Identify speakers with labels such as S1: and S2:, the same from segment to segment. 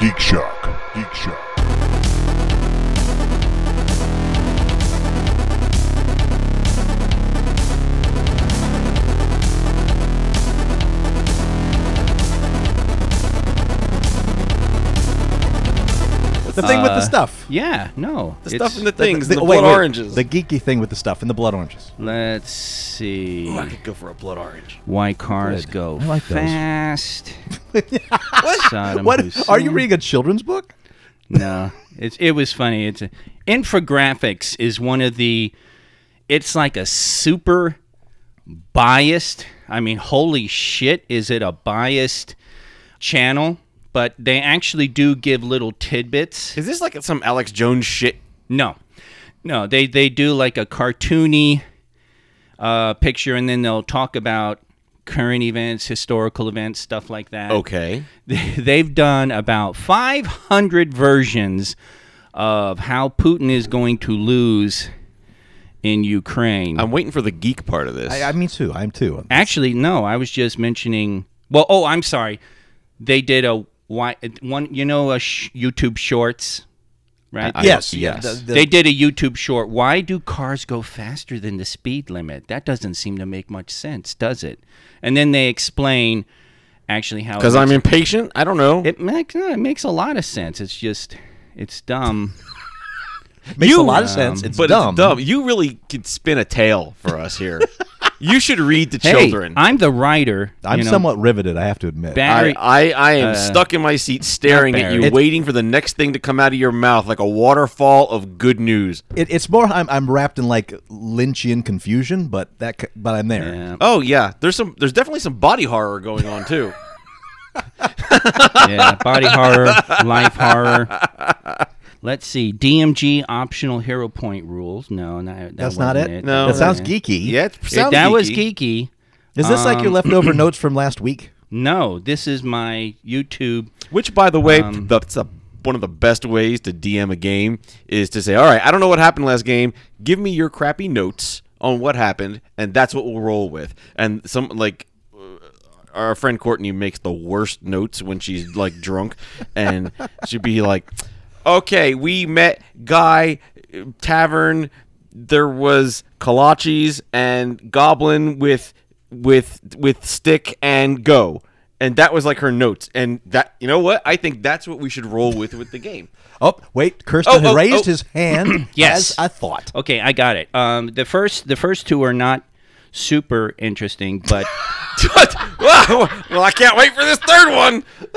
S1: Geek Shock. Geek Shock.
S2: The thing with the
S3: Uh,
S2: stuff.
S3: Yeah, no.
S4: The stuff
S3: it's-
S4: and the things, the,
S2: th- wait,
S4: blood
S2: wait,
S4: oranges.
S2: The geeky thing with the stuff and the blood oranges.
S3: Let's see
S4: Ooh, I could go for a blood orange.
S3: why cars
S2: Oh Good.
S3: go
S2: I like those.
S3: fast. Saddam
S2: What are you
S3: Hussein.
S2: reading a children's book?
S3: No, it's it was funny. It's a, infographics is one of the. It's like a super biased. I mean, holy shit! Is it a biased channel? But they actually do give little tidbits.
S4: Is this like some Alex Jones shit?
S3: No, no, they they do like a cartoony uh, picture, and then they'll talk about current events, historical events, stuff like that
S4: Okay.
S3: they've done about 500 versions of how Putin is going to lose in Ukraine.
S4: I'm waiting for the geek part of this.
S2: I, I mean, too. I'm too.
S3: Actually, no, I was just mentioning. Well, oh, I'm sorry. They did a why one. You know, a sh- YouTube Shorts, right?
S4: I-
S2: Yes.
S4: Yes.
S2: The- the-
S3: they did a YouTube short. Why do cars go faster than the speed limit? That doesn't seem to make much sense, does it? And then they explain actually how it
S4: Because
S3: makes
S4: I'm impatient? I don't know.
S3: It makes no, it makes a lot of sense. It's just it's dumb.
S2: makes a
S3: you-
S2: lot of
S3: um,
S2: sense. It's
S4: but
S2: dumb.
S4: it's dumb. You really could spin a tale for us here. you should read to
S3: hey,
S4: children.
S3: I'm the writer.
S2: I'm
S3: you know,
S2: somewhat riveted. I have to admit.
S4: I,
S3: Barry.
S4: I, I am
S3: uh,
S4: stuck in my seat staring at
S3: Barry.
S4: you,
S3: It's-
S4: waiting for the next thing to come out of your mouth like a waterfall of good news.
S2: It, it's more. I'm, I'm wrapped in like Lynchian confusion, but that. c- But I'm there.
S3: yeah,
S4: Oh yeah, there's some there's definitely some body horror going on too.
S3: yeah, body horror, life horror. Let's see. DMG optional hero point rules. No, no that
S2: That's not
S3: wasn't
S2: it.
S4: No,
S2: that
S4: no.
S2: sounds
S3: Yeah.
S2: geeky.
S4: yeah, it
S3: It-
S4: sounds
S3: that was
S4: geeky.
S3: geeky.
S2: Is this like your
S3: Um,
S2: leftover notes from last week?
S3: No, this is my YouTube.
S4: Which, by the way,
S3: Um,
S4: that's the, one of the best ways to DM a game is to say, "All right, I don't know what happened last game. Give me your crappy notes on what happened, and that's what we'll roll with." And some like uh, our friend Courtney makes the worst notes when she's like drunk, and she'd be like, "Okay, we met guy uh, tavern. There was kolaches and goblin with." with with stick and go and that was like her notes and that you know what i think that's what we should roll with with the game
S2: Oh, wait. Kirsten
S4: Oh,
S2: had
S4: oh,
S2: raised
S4: oh.
S2: his hand.
S3: Yes.
S2: as I thought.
S3: Okay, I got it. Um, the first the first two are not super interesting, but
S4: wow well i can't wait for this third one it's like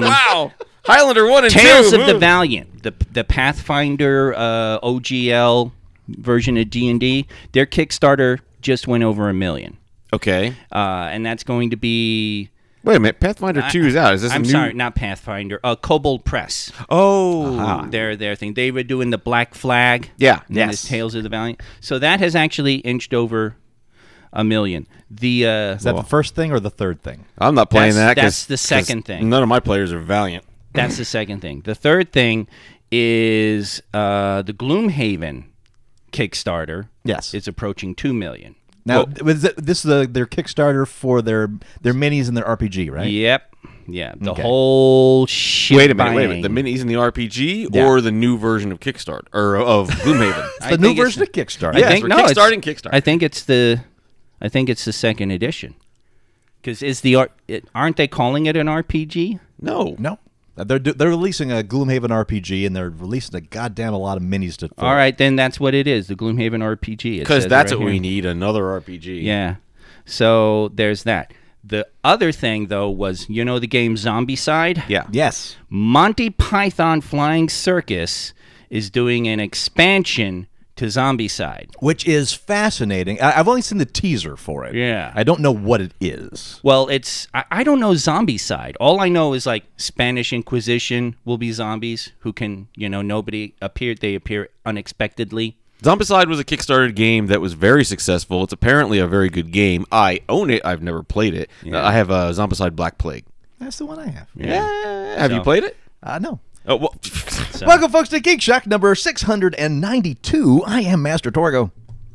S4: wow highlander one and
S3: Um, Tales
S4: two
S3: of the
S4: Ooh.
S3: Valiant, the the Pathfinder uh, OGL version of D and D. Their Kickstarter just went over a million,
S4: okay
S3: uh, and that's going to be.
S4: wait a minute pathfinder 2 is out is this a
S3: I'm
S4: new
S3: sorry, not Pathfinder. Uh, Kobold Press.
S4: oh
S3: Their their thing. They were doing the Black Flag.
S4: Yeah.
S3: And then
S4: Yes.
S3: the Tales of the Valiant. So that has actually inched over a million. The uh,
S2: Is that the first thing or the third thing?
S4: i'm not playing
S3: That's-
S4: that 'cause-
S3: that's the
S4: 'cause
S3: second thing.
S4: none of my players are valiant
S3: That's the second thing. The third thing is uh, the Gloomhaven Kickstarter.
S2: Yes.
S3: is approaching two million.
S2: Now, was it- this is the, their Kickstarter for their their minis and their RPG, right?
S3: Yep. Yeah. The
S2: Okay.
S3: whole shit.
S4: wait a minute wait a minute the
S3: bang.
S4: minis in the rpg
S3: Yeah.
S4: or the new version of kickstarter or of gloomhaven
S2: It's the
S3: I
S2: new
S3: think it's-
S2: version of Kickstarter.
S3: I
S4: Yes,
S3: think
S4: we're
S3: no, it's-
S4: kickstarting Kickstarter.
S3: I think it's the, I think it's the second edition. Because is the art? It, aren't they calling it an RPG?
S4: no
S2: No. They're do- they're releasing a Gloomhaven RPG and they're releasing a goddamn a lot of minis to.
S3: All right, then that's what it is. The Gloomhaven RPG. It
S4: because
S3: says
S4: that's
S3: right
S4: what we
S3: here.
S4: need another rpg
S3: Yeah. So there's that. The other thing though was you know the game Zombie Side.
S4: yeah
S2: Yes.
S3: Monty Python Flying Circus is doing an expansion to Zombie Side.
S2: Which is fascinating. I- I've only seen the teaser for it.
S3: Yeah.
S2: I don't know what it is.
S3: Well, it's I, I don't know zombie side. All I know is like Spanish Inquisition will be zombies who can you know nobody appear they appear unexpectedly.
S4: Zombicide was a Kickstarter game that was very successful. It's apparently a very good game. I own it. I've never played it. Uh, I have a uh, Zombicide Black Plague.
S2: That's the one I have.
S4: Yeah. Have you
S3: So-
S4: played it?
S2: Uh, no.
S4: Oh, well,
S2: Welcome, folks, to Geek Shock number 692. I am Master Torgo.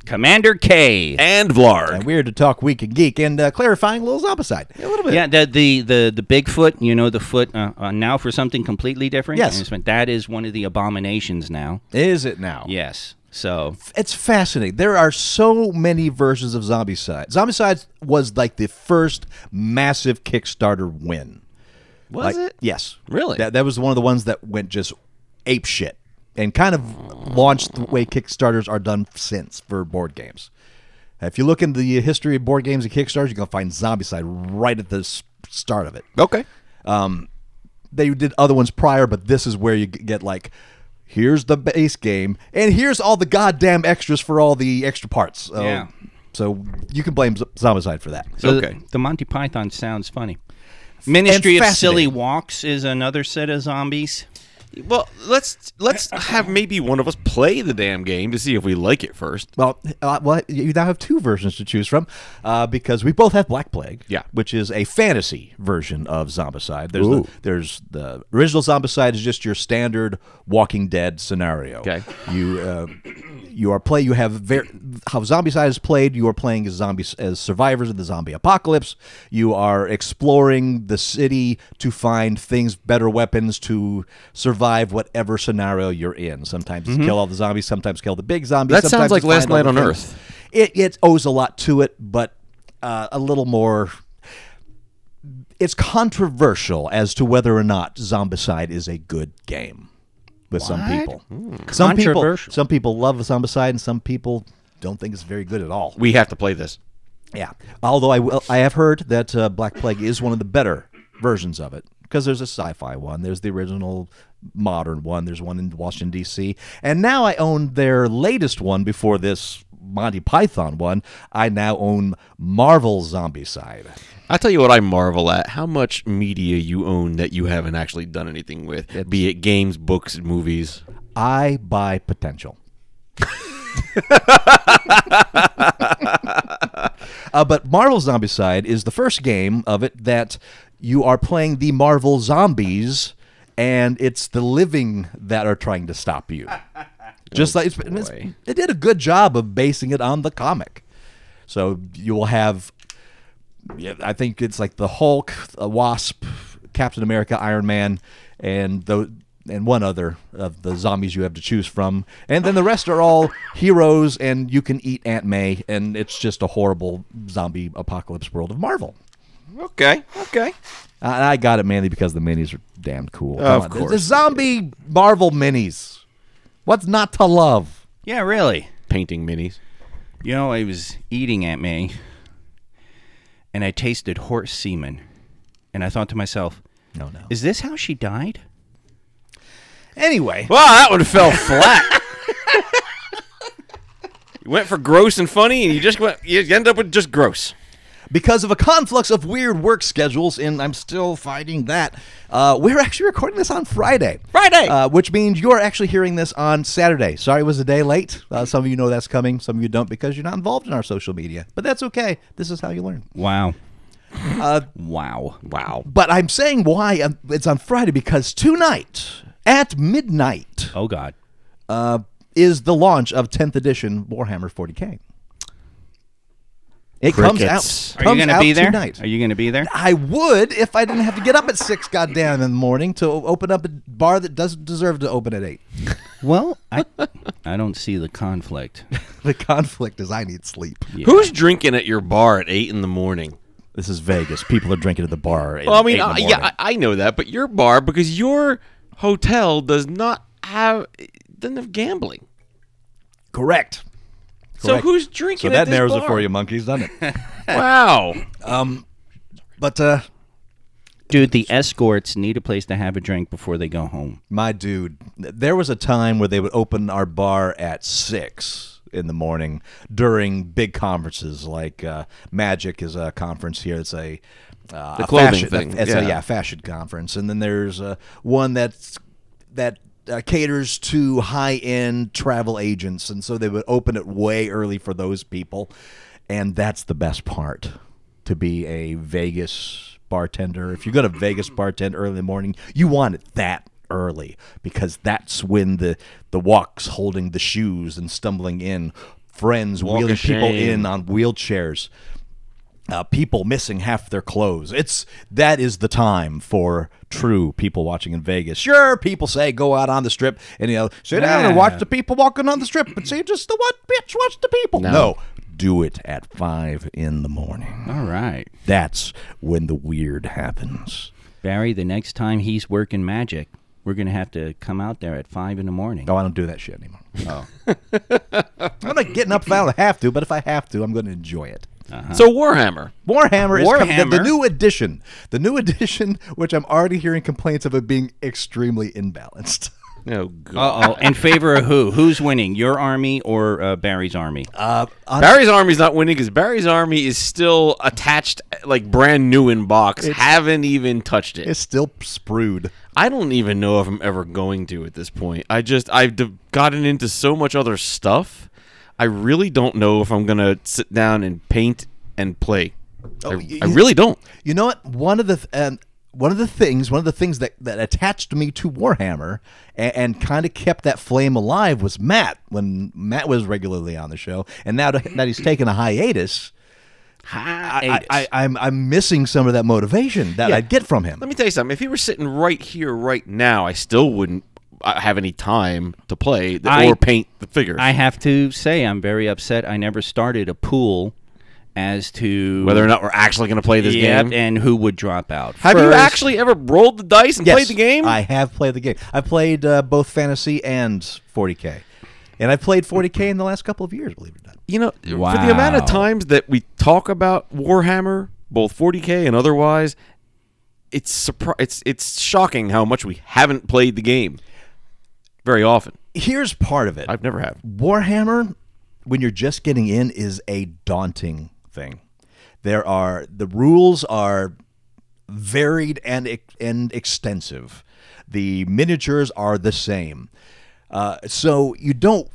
S3: Commander K.
S4: and Vlarg.
S2: And weird to talk week and geek and uh, clarifying Lil Zombicide. A little bit.
S3: Yeah, the the the, the Bigfoot, you know, the foot uh, uh, now for something completely different.
S2: Yes.
S3: And it's- that is one of the abominations now.
S2: Is it now?
S3: Yes. So
S2: It's fascinating. There are so many versions of Zombicide. Zombicide was like the first massive Kickstarter win.
S4: Was
S2: Like-
S4: it?
S2: Yes.
S4: Really?
S2: That, that was one of the ones that went just ape shit and kind of launched the way Kickstarters are done since for board games. If you look into the history of board games and Kickstarters, you're going to find Zombicide right at the s- start of it.
S4: Okay.
S2: Um, They did other ones prior, but this is where you g- get like, here's the base game, and here's all the goddamn extras for all the extra parts. So,
S3: Yeah.
S2: so you can blame Z- Zombicide for that.
S3: So
S4: Okay.
S3: The Monty Python sounds funny. Ministry of Silly
S2: fascinating.
S3: Walks is another set of zombies.
S4: Well, let's let's have maybe one of us play the damn game to see if we like it first.
S2: Well, uh, well, you now have two versions to choose from uh, because we both have Black Plague,
S4: Yeah.
S2: which is a fantasy version of Zombicide. There's
S4: Ooh.
S2: the, there's the original Zombicide is just your standard Walking Dead scenario.
S4: Okay.
S2: you uh, you are play you have ver- how Zombicide is played. You are playing as zombies as survivors of the zombie apocalypse. You are exploring the city to find things, better weapons to survive whatever scenario you're in. Sometimes
S4: Mm-hmm.
S2: kill all the zombies, sometimes kill the big zombie.
S4: That sounds
S2: Sometimes
S4: like
S2: you
S4: Last
S2: find all
S4: Night
S2: the
S4: on
S2: things.
S4: Earth.
S2: It it owes a lot to it, but uh, a little more. It's controversial as to whether or not Zombicide is a good game with some people. Some people
S3: Controversial.
S2: some people love Zombicide, and some people don't think it's very good at all.
S4: We have to play this.
S2: Yeah. Although I will, I have heard that uh, Black Plague is one of the better versions of it because there's a sci-fi one, there's the original modern one, there's one in Washington D.C., and now I own their latest one before this Monty Python one. I now own Marvel Zombicide.
S4: I tell you what, I marvel at how much media you own that you haven't actually done anything with, be it games, books, movies.
S2: I buy potential. uh, but Marvel Zombicide is the first game of it that you are playing the Marvel zombies, and it's the living that are trying to stop you. Just like it's, it's,
S4: boy.
S2: they did a good job of basing it on the comic, so you will have. Yeah, I think it's like the Hulk, uh, Wasp, Captain America, Iron Man, and the and one other of the zombies you have to choose from, and then the rest are all heroes, and you can eat Aunt May, and it's just a horrible zombie apocalypse world of Marvel.
S4: Okay, okay.
S2: Uh, and I got it mainly because the minis are damn cool. Come
S4: Of
S2: on,
S4: course.
S2: the zombie Marvel minis. What's not to love?
S3: Yeah, really.
S4: Painting minis.
S3: You know, I was eating at me, and I tasted horse semen, and I thought to myself,
S2: No, no.
S3: "Is this how she died?"
S2: Anyway,
S4: Wow, that one fell flat. you went for gross and funny, and you just went. You end up with just gross.
S2: because of a conflux of weird work schedules, and I'm still fighting that. Uh, we're actually recording this on Friday.
S4: Friday!
S2: Uh, which means you're actually hearing this on Saturday. Sorry it was a day late. Uh, some of you know that's coming, some of you don't because you're not involved in our social media. But that's okay. This is how you learn.
S3: Wow. wow. Uh, Wow.
S2: But I'm saying why um, it's on Friday because tonight at midnight
S3: Oh God.
S2: uh, is the launch of 10th edition Warhammer 40K. It
S4: Crickets.
S2: comes out.
S3: Are you
S2: going
S3: gonna
S2: to
S3: be there?
S2: Tonight.
S3: Are you going to be there?
S2: I would if I didn't have to get up at six goddamn in the morning to open up a bar that doesn't deserve to open at eight.
S3: Well, I I don't see the conflict.
S2: The conflict is I need sleep.
S4: Who's drinking at your bar at eight in the morning?
S2: This is Vegas. People are drinking at the bar. at
S4: Well, I mean, uh,
S2: eight in the morning.
S4: I, yeah, I, I know that, but your bar because your hotel does not have it doesn't have gambling.
S2: correct.
S4: So
S2: Correct.
S4: who's
S2: So
S4: drinking? at
S2: that
S4: this
S2: narrows
S4: bar?
S2: it for you, monkeys, doesn't it?
S4: Wow.
S2: but uh,
S3: Dude, the escorts need a place to have a drink before they go home.
S2: my dude, th- there was a time where they would open our bar at six in the morning during big conferences like uh, Magic is a conference here. It's a uh,
S4: The
S2: a
S4: clothing
S2: fashion,
S4: thing,
S2: It's a
S4: yeah.
S2: yeah fashion conference, and then there's uh, one that's that. Uh, caters to high-end travel agents, and so they would open it way early for those people, and that's the best part to be a Vegas bartender. If you're going to Vegas bartend early in the morning, you want it that early because that's when the the walks holding the shoes and stumbling in friends
S4: Walk of
S2: wheeling people
S4: shame.
S2: in on wheelchairs, uh, people missing half their clothes. It's that is the time for true people watching in Vegas. Sure, people say go out on the strip and you know sit down and
S3: Nah.
S2: watch the people walking on the strip, but see just the what bitch watch the people. No. do it at five in the morning.
S3: All right.
S2: That's when the weird happens.
S3: Barry, the next time he's working magic, we're going to have to come out there at 5 in the morning.
S2: No, I don't do that shit anymore. Oh. I'm not getting up if I don't have to, but if I have to, I'm going to enjoy it.
S4: So Warhammer.
S2: Warhammer is coming- the- the,
S3: Warhammer.
S2: new edition. The new edition, which I'm already hearing complaints of it being extremely imbalanced.
S4: Oh god.
S3: Uh oh. In favor of who? Who's winning? Your army or uh, Barry's army?
S2: Uh, on-
S4: Barry's army's not winning because Barry's army is still attached, like brand new in box. Haven't even touched it.
S2: it's still sprued.
S4: I don't even know if I'm ever going to at this point. I just I've d- gotten into so much other stuff. I really don't know if I'm gonna sit down and paint and play. I,
S2: Oh, y-
S4: I
S2: y-
S4: really don't.
S2: You know what? One of the th- um, one of the things, one of the things that, that attached me to Warhammer and, and kind of kept that flame alive was Matt when Matt was regularly on the show, and now to, that he's taken a hiatus, I, I, I'm I'm missing some of that motivation that
S4: Yeah.
S2: I'd get from him.
S4: Let me tell you something. If he were sitting right here, right now, I still wouldn't uh, have any time to play th-
S3: I-
S4: or paint the figures.
S3: I have to say, I'm very upset. I never started a pool as to
S4: whether or not we're actually going to play this
S3: Yep,
S4: game.
S3: and who would drop out.
S4: Have you
S3: first.
S4: actually ever rolled the dice and
S2: Yes,
S4: played the game?
S2: I have played the game. I played uh, both fantasy and 40k, and I played 40k in the last couple of years. Believe it or not,
S4: you know, for the amount of
S3: Wow.
S4: times that we talk about Warhammer, both 40k and otherwise, it's surpri- it's it's shocking how much we haven't played the game very often.
S2: here's part of it.
S4: I've never have.
S2: Warhammer, when you're just getting in, is a daunting thing. There are the rules are varied and ex- and extensive. The miniatures are the same, uh, so you don't,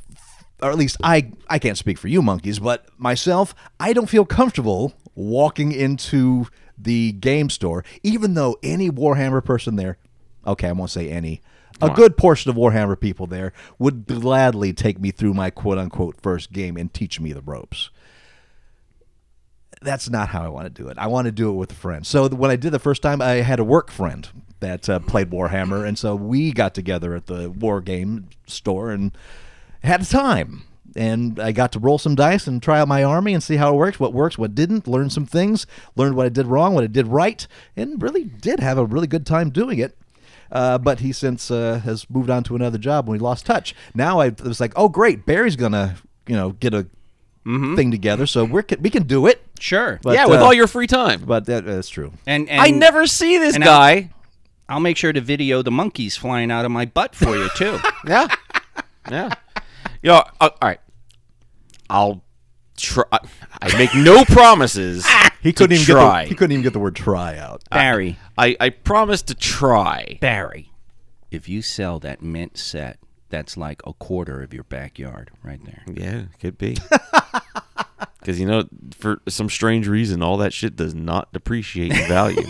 S2: or at least I I can't speak for you monkeys, but myself I don't feel comfortable walking into the game store, even though any Warhammer person there, okay, I won't say any. A good portion of Warhammer people there would gladly take me through my quote unquote first game and teach me the ropes that's not how I want to do it. I want to do it with a friend. So th- when I did the first time, I had a work friend that uh, played Warhammer, and so we got together at the war game store and had a time. And I got to roll some dice and try out my army and see how it works, what works, what didn't. Learn some things, learned what I did wrong, what I did right, and really did have a really good time doing it. Uh, but he since uh, has moved on to another job and we lost touch. Now I was like, oh great, Barry's gonna you know get a thing together, so we're c- we can do it.
S3: Sure.
S2: But,
S4: yeah, with
S2: uh,
S4: all your free time.
S2: But that, that's true.
S3: and, and
S4: I never see this
S3: and
S4: guy.
S3: I'll make sure to video the monkeys flying out of my butt for you too.
S4: Yeah. yeah. Yo, uh, all right. I'll try. I make no promises.
S2: He couldn't
S4: to
S2: even
S4: try.
S2: Get the, he couldn't even get the word try out.
S3: Barry,
S4: I, I promise to try.
S3: Barry, if you sell that mint set, that's like a quarter of your backyard right there.
S4: Yeah, could be. Because you know, for some strange reason, all that shit does not depreciate in value.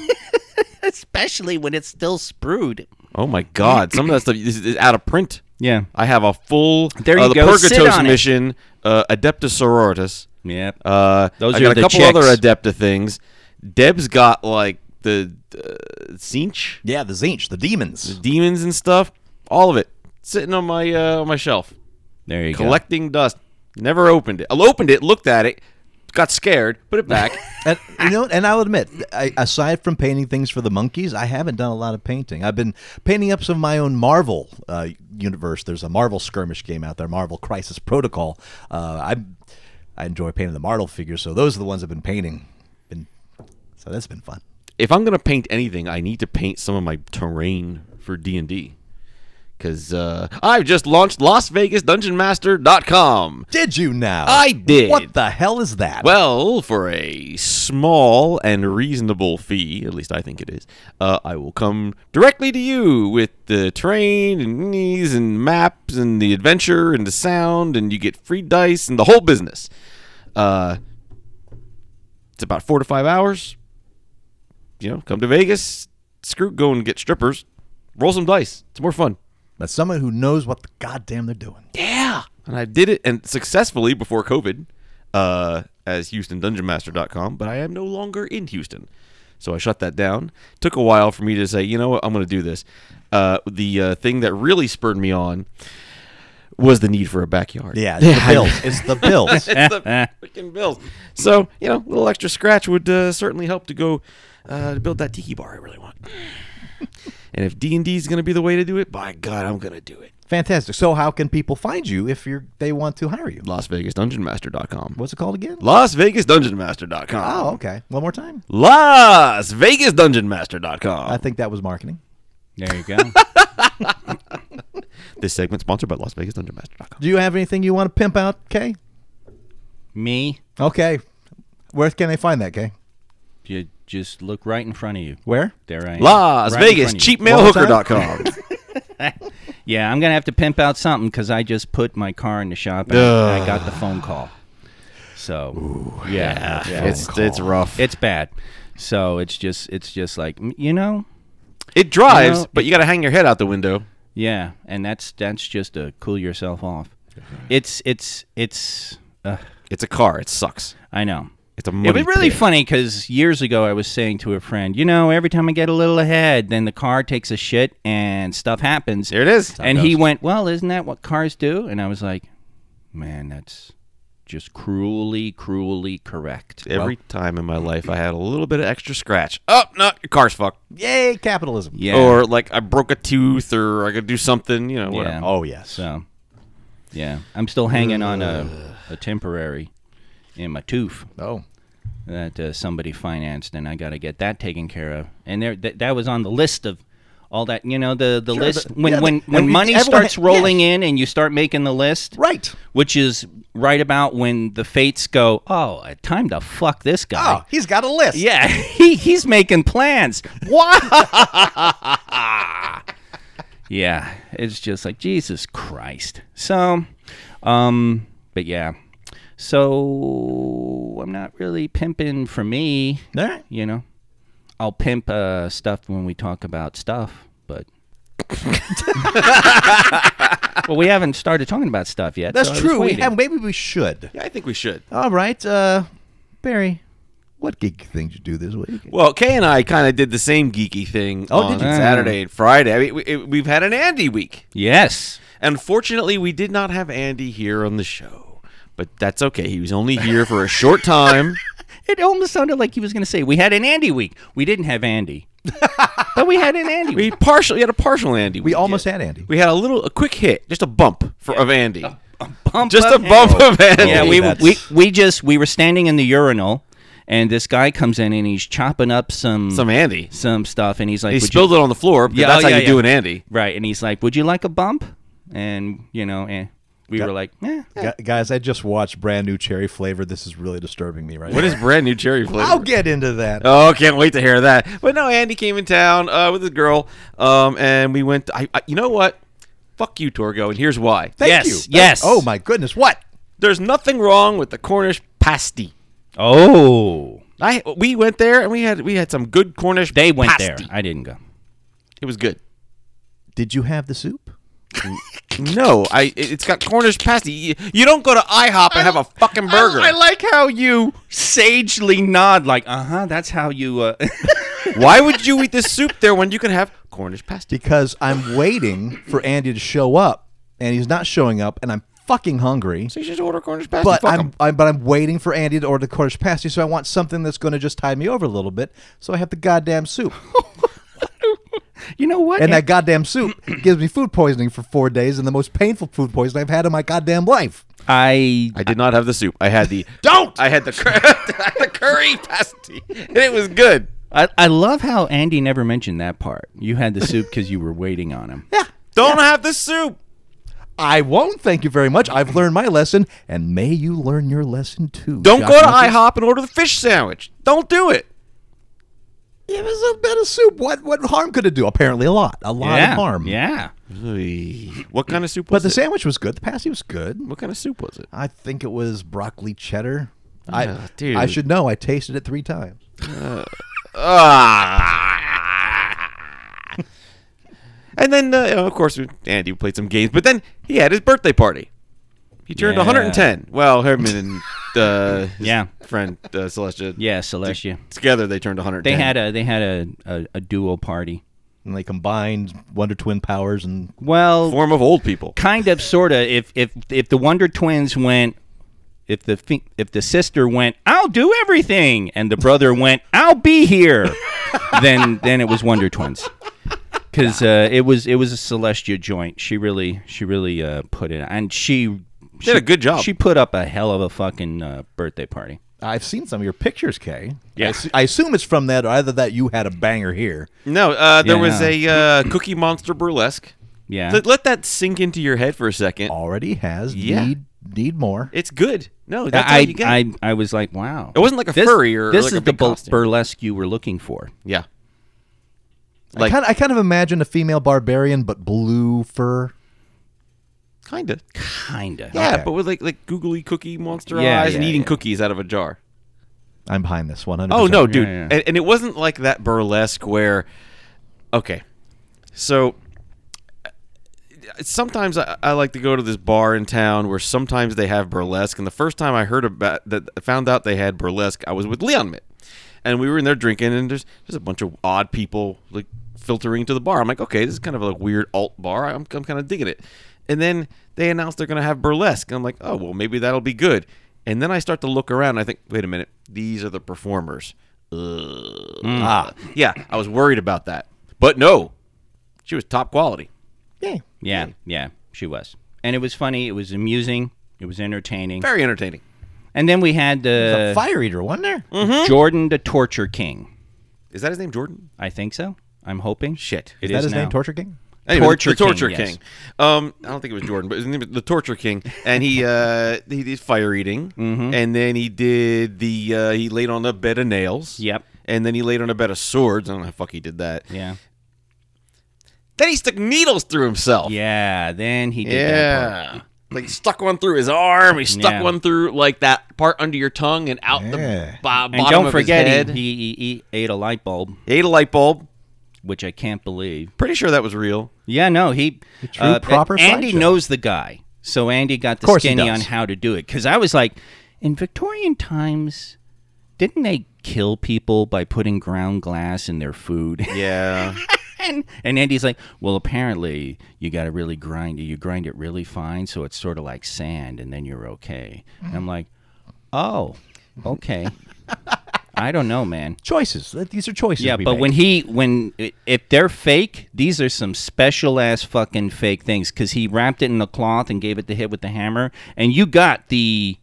S3: Especially when it's still sprued.
S4: oh my god, some of that stuff is, is out of print.
S3: Yeah.
S4: I have a full
S3: There
S4: uh,
S3: you
S4: the
S3: go, sit
S4: Purgatos
S3: on it.
S4: mission, uh, Adeptus Sororitas.
S3: Yep. Oh,
S4: Uh,
S3: Those
S4: I
S3: are
S4: got
S3: the
S4: a couple
S3: chicks.
S4: other Adepta things. Deb's got like the uh, Zinch
S2: Yeah, the Zinch, the demons.
S4: demons and stuff. All of it sitting on my uh, on my shelf.
S3: there you go.
S4: collecting dust. Never opened it. I opened it, looked at it, got scared, put it back.
S2: And, you know, and I'll admit, I, aside from painting things for the monkeys, I haven't done a lot of painting. I've been painting up some of my own Marvel uh, universe. There's a Marvel skirmish game out there, Marvel Crisis Protocol. Uh, I I enjoy painting the Marvel figures, so those are the ones I've been painting. Been, so that's been fun.
S4: if I'm gonna paint anything, I need to paint some of my terrain for D and D. Cause uh, I've just launched LasVegasDungeonMaster.com.
S2: Did you now?
S4: I did.
S2: What the hell is that?
S4: Well, for a small and reasonable fee, at least I think it is, uh, I will come directly to you with the terrain and knees and maps and the adventure and the sound, and you get free dice and the whole business. Uh, it's about four to five hours. You know, come to Vegas, screw, go and get strippers, roll some dice. It's more fun.
S2: That's someone who knows what the goddamn they're doing.
S4: Yeah. and I did it and successfully before COVID uh, as HoustonDungeonMaster.com, but I am no longer in Houston. So I shut that down. Took a while for me to say, you know what, I'm going to do this. Uh, the uh, thing that really spurred me on was the need for a backyard.
S2: Yeah, it's the Bills. It's the Bills.
S4: it's the freaking Bills. So you know, a little extra scratch would uh, certainly help to go uh, to build that tiki bar I really want. and if D and D is going to be the way to do it, by God, I'm going to do it.
S2: Fantastic. So, how can people find you if you're they want to hire you?
S4: LasVegasDungeonMaster.com.
S2: What's it called again?
S4: LasVegasDungeonMaster.com.
S2: Oh, okay. One more time.
S4: LasVegasDungeonMaster.com.
S2: I think that was marketing.
S3: There you go.
S4: this segment sponsored by LasVegasDungeonMaster.com.
S2: Do you have anything you want to pimp out, Kay?
S3: Me,
S2: Okay. Where can they find that, Kay?
S3: you just look right in front of you.
S2: Where?
S3: There I am.
S4: Las
S3: right in
S4: Vegas
S3: front of you.
S4: CheapMailHooker.com.
S3: Yeah, I'm gonna have to pimp out something because I just put my car in the shop and I got the phone call. So yeah, yeah,
S4: it's it's rough. It,
S3: it's bad. So it's just it's just like mm, you know
S4: drives,
S3: You know,
S4: but you got to hang your head out the window.
S3: yeah, and that's that's just to cool yourself off. It's it's it's uh,
S4: It's a car. It sucks.
S3: I know.
S4: It's a
S3: It
S4: money
S3: was really
S4: pit.
S3: funny because years ago I was saying to a friend, you know, every time I get a little ahead, then the car takes a shit and stuff happens.
S4: There it is.
S3: and he went, "Well, isn't that what cars do?" And I was like, "Man, that's just cruelly, cruelly correct."
S4: Every time in my life, I had a little bit of extra scratch. Oh no, your car's fucked.
S2: Yay, capitalism.
S3: yeah,
S4: Or like I broke a tooth, or I could do something. You know, whatever.
S3: yeah.
S2: Oh, yes.
S3: So, yeah, I'm still hanging on a, a temporary in my tooth
S2: Oh.
S3: that uh, somebody financed, and I got to get that taken care of. And there, th- that was on the list of. All that you know, the the list
S2: the-
S3: when
S2: yeah, the-
S3: when when
S2: and
S3: money
S2: everyone
S3: starts
S2: ha-
S3: rolling in and you start making the list,
S2: Right.
S3: Which is right about when the fates go, oh, time to fuck this guy.
S2: Oh, he's got a list.
S3: Yeah, he, he's making plans. What? yeah, it's just like Jesus Christ. So, um, but yeah, so I'm not really pimping for me.
S2: All right.
S3: You know, I'll pimp uh, stuff when we talk about stuff, but. well, we haven't started talking about stuff yet.
S2: That's
S3: so I was
S2: true. We
S3: waiting.
S2: have, maybe we should.
S4: Yeah, I think we should.
S2: All right. Uh, Barry, what geek thing did you do this week?
S4: Well, Kay and I kind of did the same geeky thing
S2: Oh,
S4: on
S2: did you?
S4: Saturday and Friday. I mean, we, it- we've had an Andy week.
S3: Yes.
S4: Unfortunately, we did not have Andy here on the show, but that's okay. He was only here for a short time.
S3: It almost sounded like he was going to say we had an Andy week. We didn't have Andy, but we had an Andy
S4: We
S3: week.
S4: partially had a partial Andy.
S2: We almost had Andy.
S4: We had a little, a quick hit, just a bump for of Andy.
S3: Bump
S4: just
S3: up
S4: a bump
S3: Andy.
S4: of Andy.
S3: Yeah, we,
S2: That's-
S3: we we just we were standing in the urinal, and this guy comes in and he's chopping up some
S4: some
S3: some,
S4: Andy.
S3: stuff, and he's like,
S4: He
S3: "Would you-"
S4: spilled it on the floor. Because
S3: Yeah,
S4: that's
S3: oh,
S4: how
S3: yeah,
S4: you do
S3: yeah.
S4: an Andy.
S3: right," and he's like, "Would you like a bump?" And you know, eh. we
S2: Got-
S3: were like, "Eh."
S2: Gu- guys, I just watched brand new cherry flavor. This is really disturbing me right
S4: What
S2: now.
S4: is brand new cherry flavor?
S2: I'll get into that.
S4: Oh, can't wait to hear that. But no, Andy came in town uh, with his girl, um, and we went. I, I, you know what? Fuck you, Torgo, and here's why.
S2: Thank
S3: yes,
S2: you.
S3: yes.
S2: Oh my goodness. What?
S4: There's nothing wrong with the Cornish pasty.
S3: Oh,
S4: I we went there and we had we had some good Cornish.
S3: they went
S4: pasty.
S3: there. I didn't go.
S4: It was good.
S2: Did you have the soup?
S4: No, I it- it's got Cornish pasty. You, you don't go to IHOP and have a fucking burger.
S3: Oh, I like how you sagely nod, like, "Uh huh." That's how you. Uh,
S4: why would you eat this soup there when you can have Cornish pasty?
S2: Because I'm waiting for Andy to show up, and he's not showing up, and I'm fucking hungry.
S4: So you should order Cornish pasty.
S2: But
S4: Fuck
S2: I'm,
S4: 'em.
S2: I'm but I'm waiting for Andy to order the Cornish pasty, so I want something that's going to just tide me over a little bit. So I have the goddamn soup,
S3: you know what?
S2: and that goddamn soup gives me food poisoning for four days, and the most painful food poisoning I've had in my goddamn life.
S3: I
S4: I did not have the soup. I had the don't. I had the cur- I had the curry pasty, and it was good.
S3: I, I love how Andy never mentioned that part. You had the soup because you were waiting on him.
S2: Yeah,
S4: Don't have the soup.
S2: I won't. Thank you very much. I've learned my lesson, and may you learn your lesson too.
S4: Don't
S2: Jock
S4: go to
S2: Nichols.
S4: IHOP and order the fish sandwich. Don't do it.
S2: It was a bit of soup. What what harm could it do? Apparently, a lot, a lot
S3: yeah.
S2: of harm.
S3: Yeah.
S4: What kind of soup
S2: But
S4: was
S2: the
S4: it?
S2: sandwich was good. The pasty was good.
S4: What kind of soup was it?
S2: I think it was broccoli cheddar. I
S4: Ugh, Oh, dude.
S2: I should know. I tasted it three times.
S4: Ah. and then, uh, you know, of course, Andy played some games. But then he had his birthday party. He turned
S3: Yeah.
S4: 110. Well, him and uh, his
S3: Yeah.
S4: friend uh, Celestia.
S3: Yeah, Celestia.
S4: Together they turned 110.
S3: They had a they had a a, a duo party.
S2: and they combined Wonder Twin powers and
S3: Well,
S4: form of old people.
S3: kind of sort of if if if the wonder twins went if the fi- if the sister went i'll do everything and the brother went i'll be here then then it was wonder twins because uh, it was it was a celestia joint she really she really uh, put it and she
S4: Did a good job.
S3: she put up a hell of a fucking uh, birthday party
S2: I've seen some of your pictures, Kay.
S4: Yeah.
S2: I, assu- I assume it's from that, or either that you had a banger here.
S4: No, uh, there
S3: Yeah,
S4: was
S3: no.
S4: a uh, Cookie Monster burlesque.
S3: yeah Oh.
S4: Let, let that sink into your head for a second.
S2: Already has.
S4: Yeah.
S2: Need need more.
S4: It's good. No, that's all
S3: I,
S4: you get.
S3: I I was like, wow.
S4: It wasn't like a
S3: this,
S4: furry or
S3: this
S4: like
S3: is
S4: a
S3: the
S4: big
S3: bu-
S4: costume.
S3: burlesque you were looking for.
S4: yeah.
S2: I
S4: Like
S2: kind of I kind of imagine a female barbarian, but blue fur.
S4: kind of.
S3: Kinda.
S4: Yeah,
S2: Okay.
S4: but with like like googly cookie monster
S3: Yeah,
S4: eyes and
S3: yeah,
S4: eating
S3: yeah.
S4: cookies out of a jar.
S2: I'm behind this 100.
S4: Oh no, dude!
S3: yeah.
S4: And, and it wasn't like that burlesque where, okay, so uh, sometimes I, I like to go to this bar in town where sometimes they have burlesque. And the first time I heard about that, I found out they had burlesque, I was with Leon Mitt, and we were in there drinking, and there's there's a bunch of odd people like filtering to the bar. I'm like, okay, this is kind of a weird alt bar. I'm I'm kind of digging it. And then they announced they're gonna have burlesque, and I'm like, oh well, maybe that'll be good. And then I start to look around and I think, wait a minute, these are the performers. Ugh. Ah, yeah, I was worried about that. But no, she was top quality.
S2: Yeah.
S3: Yeah, yeah, she was. And it was funny. It was amusing. It was entertaining.
S4: Very entertaining.
S3: And then we had
S2: A Mm-hmm.
S3: uh,
S2: fire eater, wasn't there?
S3: Jordan the Torture King.
S4: Is that his name, Jordan?
S3: I think so. I'm hoping.
S4: Shit.
S2: Is
S3: It
S2: that
S3: is
S2: his
S3: now.
S2: name, Torture King?
S4: Anyway, the-
S3: Torture
S4: the Torture
S3: King,
S4: King.
S3: yes.
S4: Um, I don't think it was Jordan, but his name was the Torture King, and he uh, he did fire eating,
S3: Mm-hmm.
S4: and then he did the uh, he laid on a bed of nails.
S3: Yep.
S4: And then he laid on a bed of swords. I don't know how the fuck he did that.
S3: Yeah.
S4: Then he stuck needles through himself.
S3: Yeah. Then he did that. Part.
S4: Yeah. Like he stuck one through his arm. He stuck
S3: Yeah.
S4: one through like that part under your tongue and out the
S2: Yeah.
S4: b- bottom
S3: And don't
S4: of his
S3: forget,
S4: head.
S3: he, he, he ate a light bulb,
S4: ate a light bulb.
S3: which I can't believe.
S4: Pretty sure that was real.
S3: Yeah, no, he.
S2: true
S3: uh,
S2: proper
S3: Andy
S2: sideshow.
S3: knows the guy, so Andy got the
S2: course he
S3: skinny
S2: does.
S3: on how to do it. Because I was like, in Victorian times, didn't they kill people by putting ground glass in their food?
S4: Yeah.
S3: and and Andy's like, well, apparently you got to really grind it. You grind it really fine, so it's sort of like sand, and then you're okay. And I'm like, oh, okay. I don't know, man.
S2: Choices. Uh, These are choices.
S3: Yeah,
S2: we
S3: but
S2: make.
S3: when he when i- if they're fake, these are some special ass fucking fake things because he wrapped it in a cloth and gave it the hit with the hammer, and you got the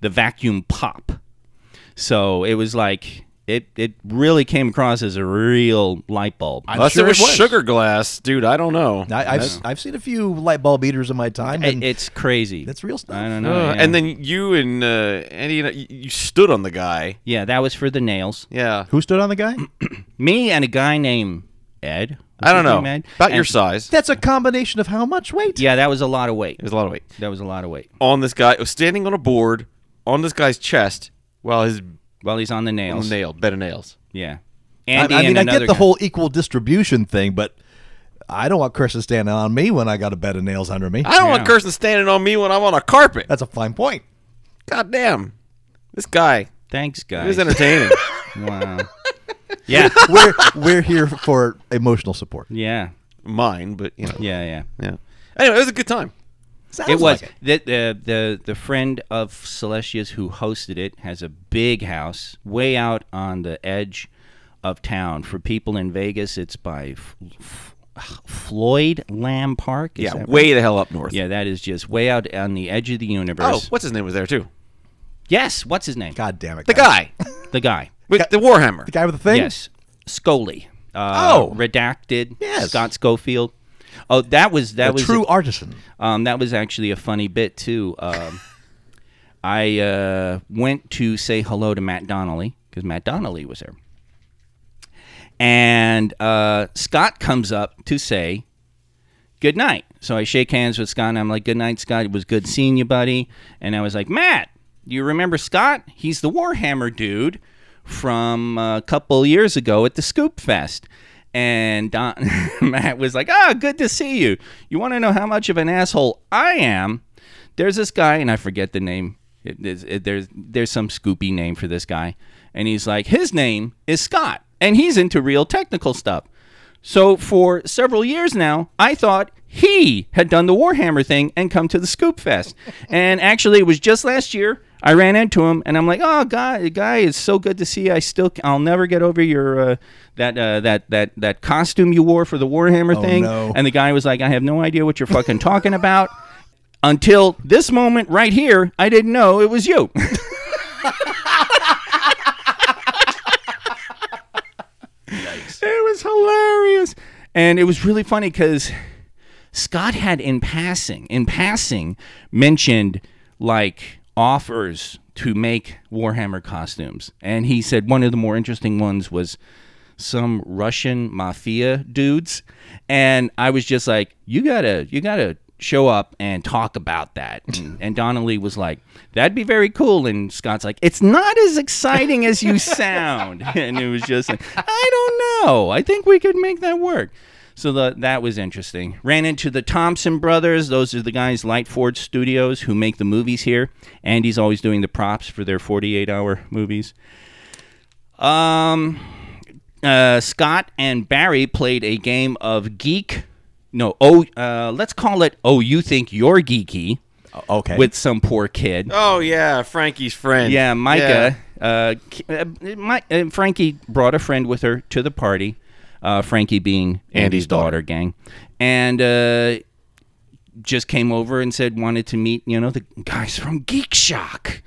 S3: the vacuum pop. So it was like it it really came across as a real light bulb.
S4: Unless
S2: sure
S4: it was,
S2: it was.
S4: sugar glass, dude. I don't know.
S2: I, I've I've seen a few light bulb eaters in my time.
S3: I-
S2: And
S3: it's crazy.
S2: That's real stuff.
S3: I don't know.
S4: Uh,
S3: yeah.
S4: And then you and uh, Andy, and, you, you stood on the guy.
S3: yeah, that was for the nails.
S4: Yeah.
S2: who stood on the guy?
S3: Me and a guy named Ed.
S4: I don't know.
S3: Man.
S4: About your size.
S2: That's a combination of how much weight.
S3: Yeah, that was a lot of weight.
S4: It was a lot of weight.
S3: That was a lot of weight.
S4: On this guy, standing on a board, on this guy's chest, while his
S3: Well, he's on the nails.
S4: nail, bed of nails.
S3: Yeah.
S2: I,
S3: Andy
S2: I mean,
S3: and
S2: I
S3: another
S2: get the
S3: guy.
S2: whole equal distribution thing, but I don't want Chris to stand on me when I got a bed of nails under me.
S4: I don't
S3: Yeah.
S4: want Kirsten standing on me when I'm on a carpet.
S2: That's a fine point.
S4: God damn. This guy
S3: Thanks,
S4: he
S3: guys.
S4: was entertaining.
S3: wow. Yeah.
S2: We're we're here for emotional support.
S3: Yeah.
S4: Mine, but you know.
S3: Yeah. Yeah.
S4: Yeah. Anyway, it was a good time.
S2: Sounds
S3: It was
S2: like
S3: the, the the the friend of Celestia's who hosted it has a big house way out on the edge of town. For people in Vegas, it's by F- F- Floyd Lamb Park. Is that right?
S4: the hell up north.
S3: Yeah, that is just way out on the edge of the
S4: Oh,
S3: universe.
S4: what's his name was there too?
S3: Yes, what's his name?
S2: God damn it.
S4: The guy
S3: The guy.
S4: with the warhammer.
S2: The guy with the thing?
S3: Yes, Scully. Uh,
S2: Oh.
S3: redacted.
S2: Yes.
S3: Scott Schofield. Oh, that was that
S2: A
S3: was
S2: true artisan.
S3: Um, that was actually a funny bit too. Um, I uh, went to say hello to Matt Donnelly because Matt Donnelly was there, and uh, Scott comes up to say good night. So I shake hands with Scott, and I'm like, "Good night, Scott. It was good seeing you, buddy." And I was like, "Matt, you remember Scott? He's the Warhammer dude from a couple years ago at the Scoop Fest." And Don, Matt was like, "Ah, good to see you. You want to know how much of an asshole I am?" There's this guy, and I forget the name. It, it's- it- there's there's some scoopy name for this guy, and he's like his name is Scott, and he's into real technical stuff. So for several years now, I thought he had done the Warhammer thing and come to the Scoop Fest. And actually, it was just last year I ran into him, and I'm like, "Oh, guy, guy, it's so good to see. you. I still, I'll never get over your uh, that uh, that that that costume you wore for the Warhammer thing."
S2: no.
S3: And the guy was like, "I have no idea what you're fucking talking about." Until this moment right here, I didn't know it was you. It was hilarious. And it was really funny because Scott had in passing, in passing, mentioned like offers to make Warhammer costumes. And he said one of the more interesting ones was some Russian mafia dudes. And I was just like, you gotta, you gotta show up and talk about that. And, and Donnelly was like, that'd be very cool. And Scott's like, it's not as exciting as you sound. And it was just like, I don't know. I think we could make that work. So the, that was interesting. Ran into the Thompson brothers. Those are the guys, Lightford Studios, who make the movies here. Andy's always doing the props for their 48 hour movies. Um, uh, Scott and Barry played a game of geek. No, oh, uh, let's call it. Oh, you think you're geeky?
S2: Okay.
S3: With some poor kid.
S4: Oh yeah, Frankie's friend.
S3: Yeah, Micah. Uh, ki- uh, my, uh, Frankie brought a friend with her to the party. Uh, Frankie being Andy's, daughter, gang, and uh, just came over and said wanted to meet you know the guys from Geek Shock.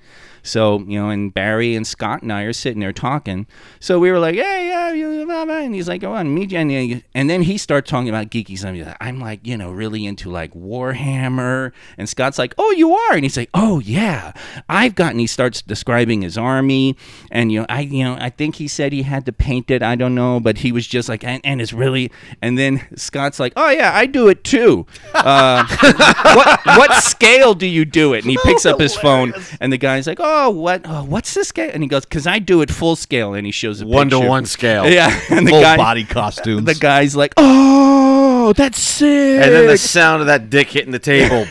S3: So you know, and Barry and Scott and I are sitting there talking. So we were like, "Hey, yeah," you- blah, blah," and he's like, "Go on, meet you." And then you- And then he starts talking about geeky stuff. I'm like, you know, really into like Warhammer. And Scott's like, "Oh, you are?" And he's like, "Oh yeah, I've gotten." He starts describing his army, and you know, I you know, I think he said he had to paint it. I don't know, but he was just like, and, and it's really. And then Scott's like, "Oh yeah, I do it too." Um, what what scale do you do it? And he picks up his phone, and the guy's like, "Oh, what? Oh, what's this scale?" And he goes, "Cause I do it full scale." And he shows a
S4: One to
S3: picture.
S4: one scale.
S3: Yeah, and the
S2: full
S3: guy,
S2: body costumes.
S3: the guy's like, "Oh, that's sick!"
S4: And then the sound of that dick hitting the table.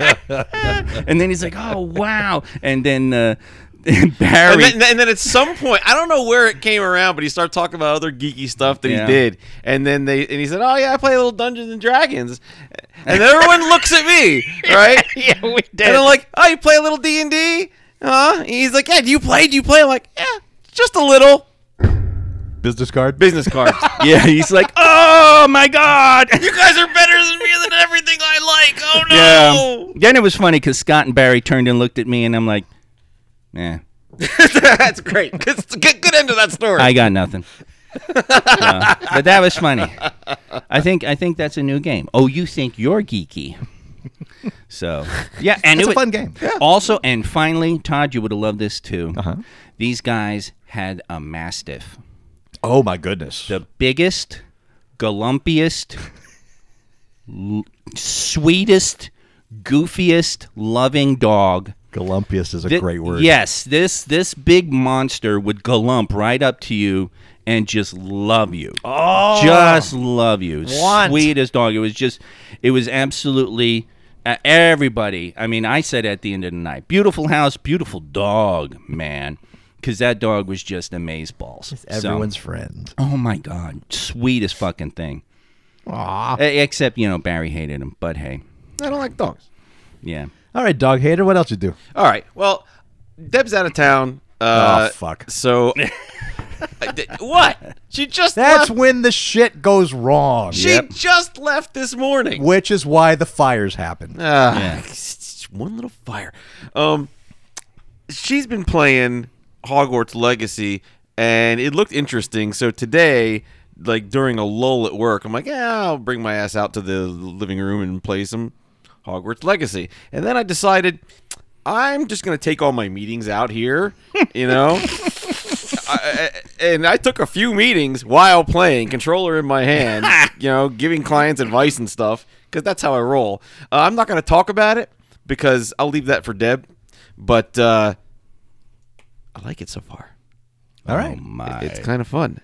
S3: And then he's like, "Oh, wow!" And then uh, Barry,
S4: and, then, and then at some point, I don't know where it came around, but he started talking about other geeky stuff that
S3: Yeah.
S4: he did. And then they and he said, "Oh yeah, I play a little Dungeons and Dragons," and everyone looks at me, right?
S3: yeah, we did.
S4: And I'm like, "Oh, you play a little D and D?" Huh? And He's like, "Yeah, do you play? Do you play?" I'm like, "Yeah, just a little."
S2: Business card.
S4: Business cards.
S3: yeah, he's like, "Oh my god!"
S4: you guys are better than me than everything I like. Oh no.
S3: Yeah. Then it was funny because Scott and Barry turned and looked at me, and I'm like, "Yeah."
S4: That's great. It's a good, good end to that story.
S3: I got nothing. Uh, but that was funny. I think I think that's a new game. Oh, you think you're geeky? So yeah, and
S2: It's
S3: it
S2: a
S3: wa-
S2: fun game. Yeah. Uh-huh.
S3: Also, and finally, Todd, you would have loved this too. These guys had a mastiff,
S2: Oh my goodness.
S3: the biggest, galumpiest, l- sweetest, goofiest, loving dog
S2: Galumpius is a
S3: Thi-
S2: great word.
S3: Yes, this this big monster would glump right up to you and just love you. Oh, just love you. Sweetest dog. It was just, it was absolutely uh, everybody. I mean, I said at the end of the night, beautiful house, beautiful dog, man, because that dog was just amaze balls.
S2: Everyone's friend.
S3: Oh my god, sweetest fucking thing.
S2: Aw.
S3: E- Except you know Barry hated him, but hey,
S2: I don't like dogs.
S3: yeah.
S2: All right, dog hater. What else you do?
S4: All right. Well, Deb's out of town. Uh,
S2: Oh, fuck.
S4: So, I did- what? She just
S2: That's
S4: left.
S2: when the shit goes wrong.
S4: She just left this morning.
S2: Which is why the fires happen.
S4: Ah,
S3: Yeah.
S4: it's One little fire. Um, she's been playing Hogwarts Legacy, and it looked interesting. So today, like during a lull at work, I'm like, yeah, I'll bring my ass out to the living room and play some Hogwarts Legacy. And then I decided I'm just gonna take all my meetings out here, you know. I, I- and I took a few meetings while playing, controller in my hand, you know, giving clients advice and stuff, because that's how I roll. Uh, I'm not going to talk about it because I'll leave that for Deb, but uh, I like it so far.
S2: All right. Um,
S3: Oh my.
S4: It's kind of fun.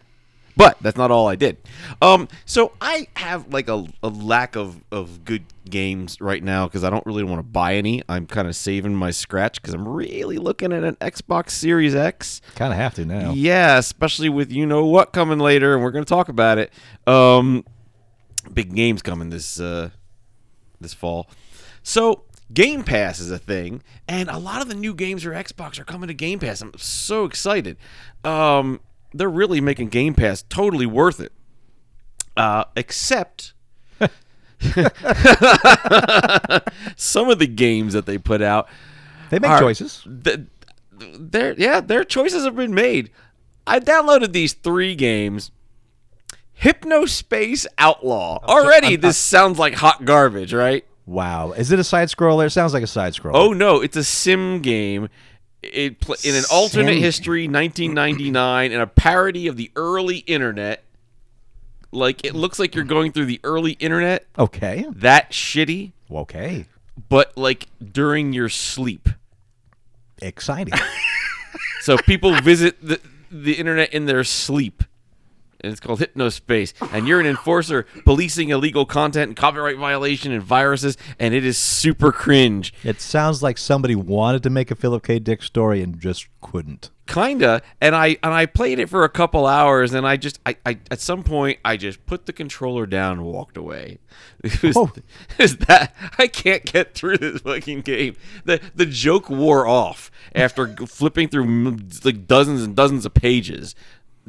S4: But that's not all I did. Um, so I have like a, a lack of, of good games right now because I don't really want to buy any. I'm kind of saving my scratch because I'm really looking at an Xbox Series X.
S2: Kind of have to now.
S4: Yeah, especially with you know what coming later, and we're going to talk about it. Um, big games coming this uh, this fall. So Game Pass is a thing, and a lot of the new games for Xbox are coming to Game Pass. I'm so excited. Um, they're really making Game Pass totally worth it. Uh, except some of the games that they put out
S2: They make
S4: are-
S2: choices.
S4: th- th- their yeah, their choices have been made. I downloaded these three games. Hypnospace Outlaw. Already, this sounds like hot garbage, right?
S2: Wow. Is it a side scroller? It sounds like a side scroller.
S4: Oh no, it's a sim game. It pl- in an alternate
S2: Sim.
S4: history, 1999, and a parody of the early internet. Like it looks like you're going through the early internet.
S2: Okay.
S4: That shitty,
S2: Okay.
S4: but like during your sleep.
S2: Exciting.
S4: So people visit the, the internet in their sleep. And it's called Hypnospace. And you're an enforcer policing illegal content and copyright violation and viruses. And it is super cringe.
S2: it sounds like somebody wanted to make a Philip K. Dick story and just couldn't.
S4: Kinda. And I and I played it for a couple hours and I just I, I at some point I just put the controller down and walked away. It was,
S2: Oh.
S4: it was that I can't get through this fucking game. The the joke wore off after g- flipping through m- like dozens and dozens of pages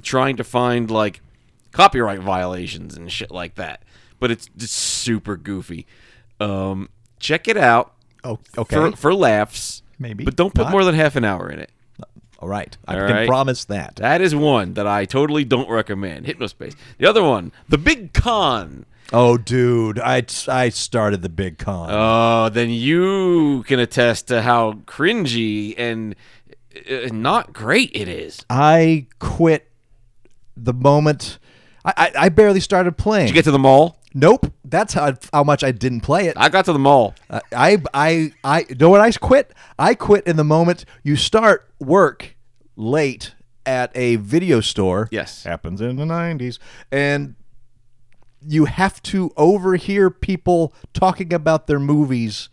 S4: trying to find like copyright violations and shit like that. But it's just super goofy. Um check it out
S2: Oh, okay.
S4: for for laughs.
S2: Maybe.
S4: But don't put
S2: Not.
S4: more than half an hour in it.
S2: All right. I
S4: All
S2: can
S4: right.
S2: promise that.
S4: That is one that I totally don't recommend. Hypnospace. The other one, The Big Con.
S2: Oh, dude. I, I started the big con.
S4: Oh, then you can attest to how cringy and uh, not great it is.
S2: I quit the moment. I, I, I barely started playing.
S4: You get to the mall.
S2: nope. That's how, how much I didn't play it.
S4: I got to the mall.
S2: Uh, I I I know when I quit. I quit in the moment you start work late at a video store.
S4: Yes.
S2: happens in the nineties, and you have to overhear people talking about their movies,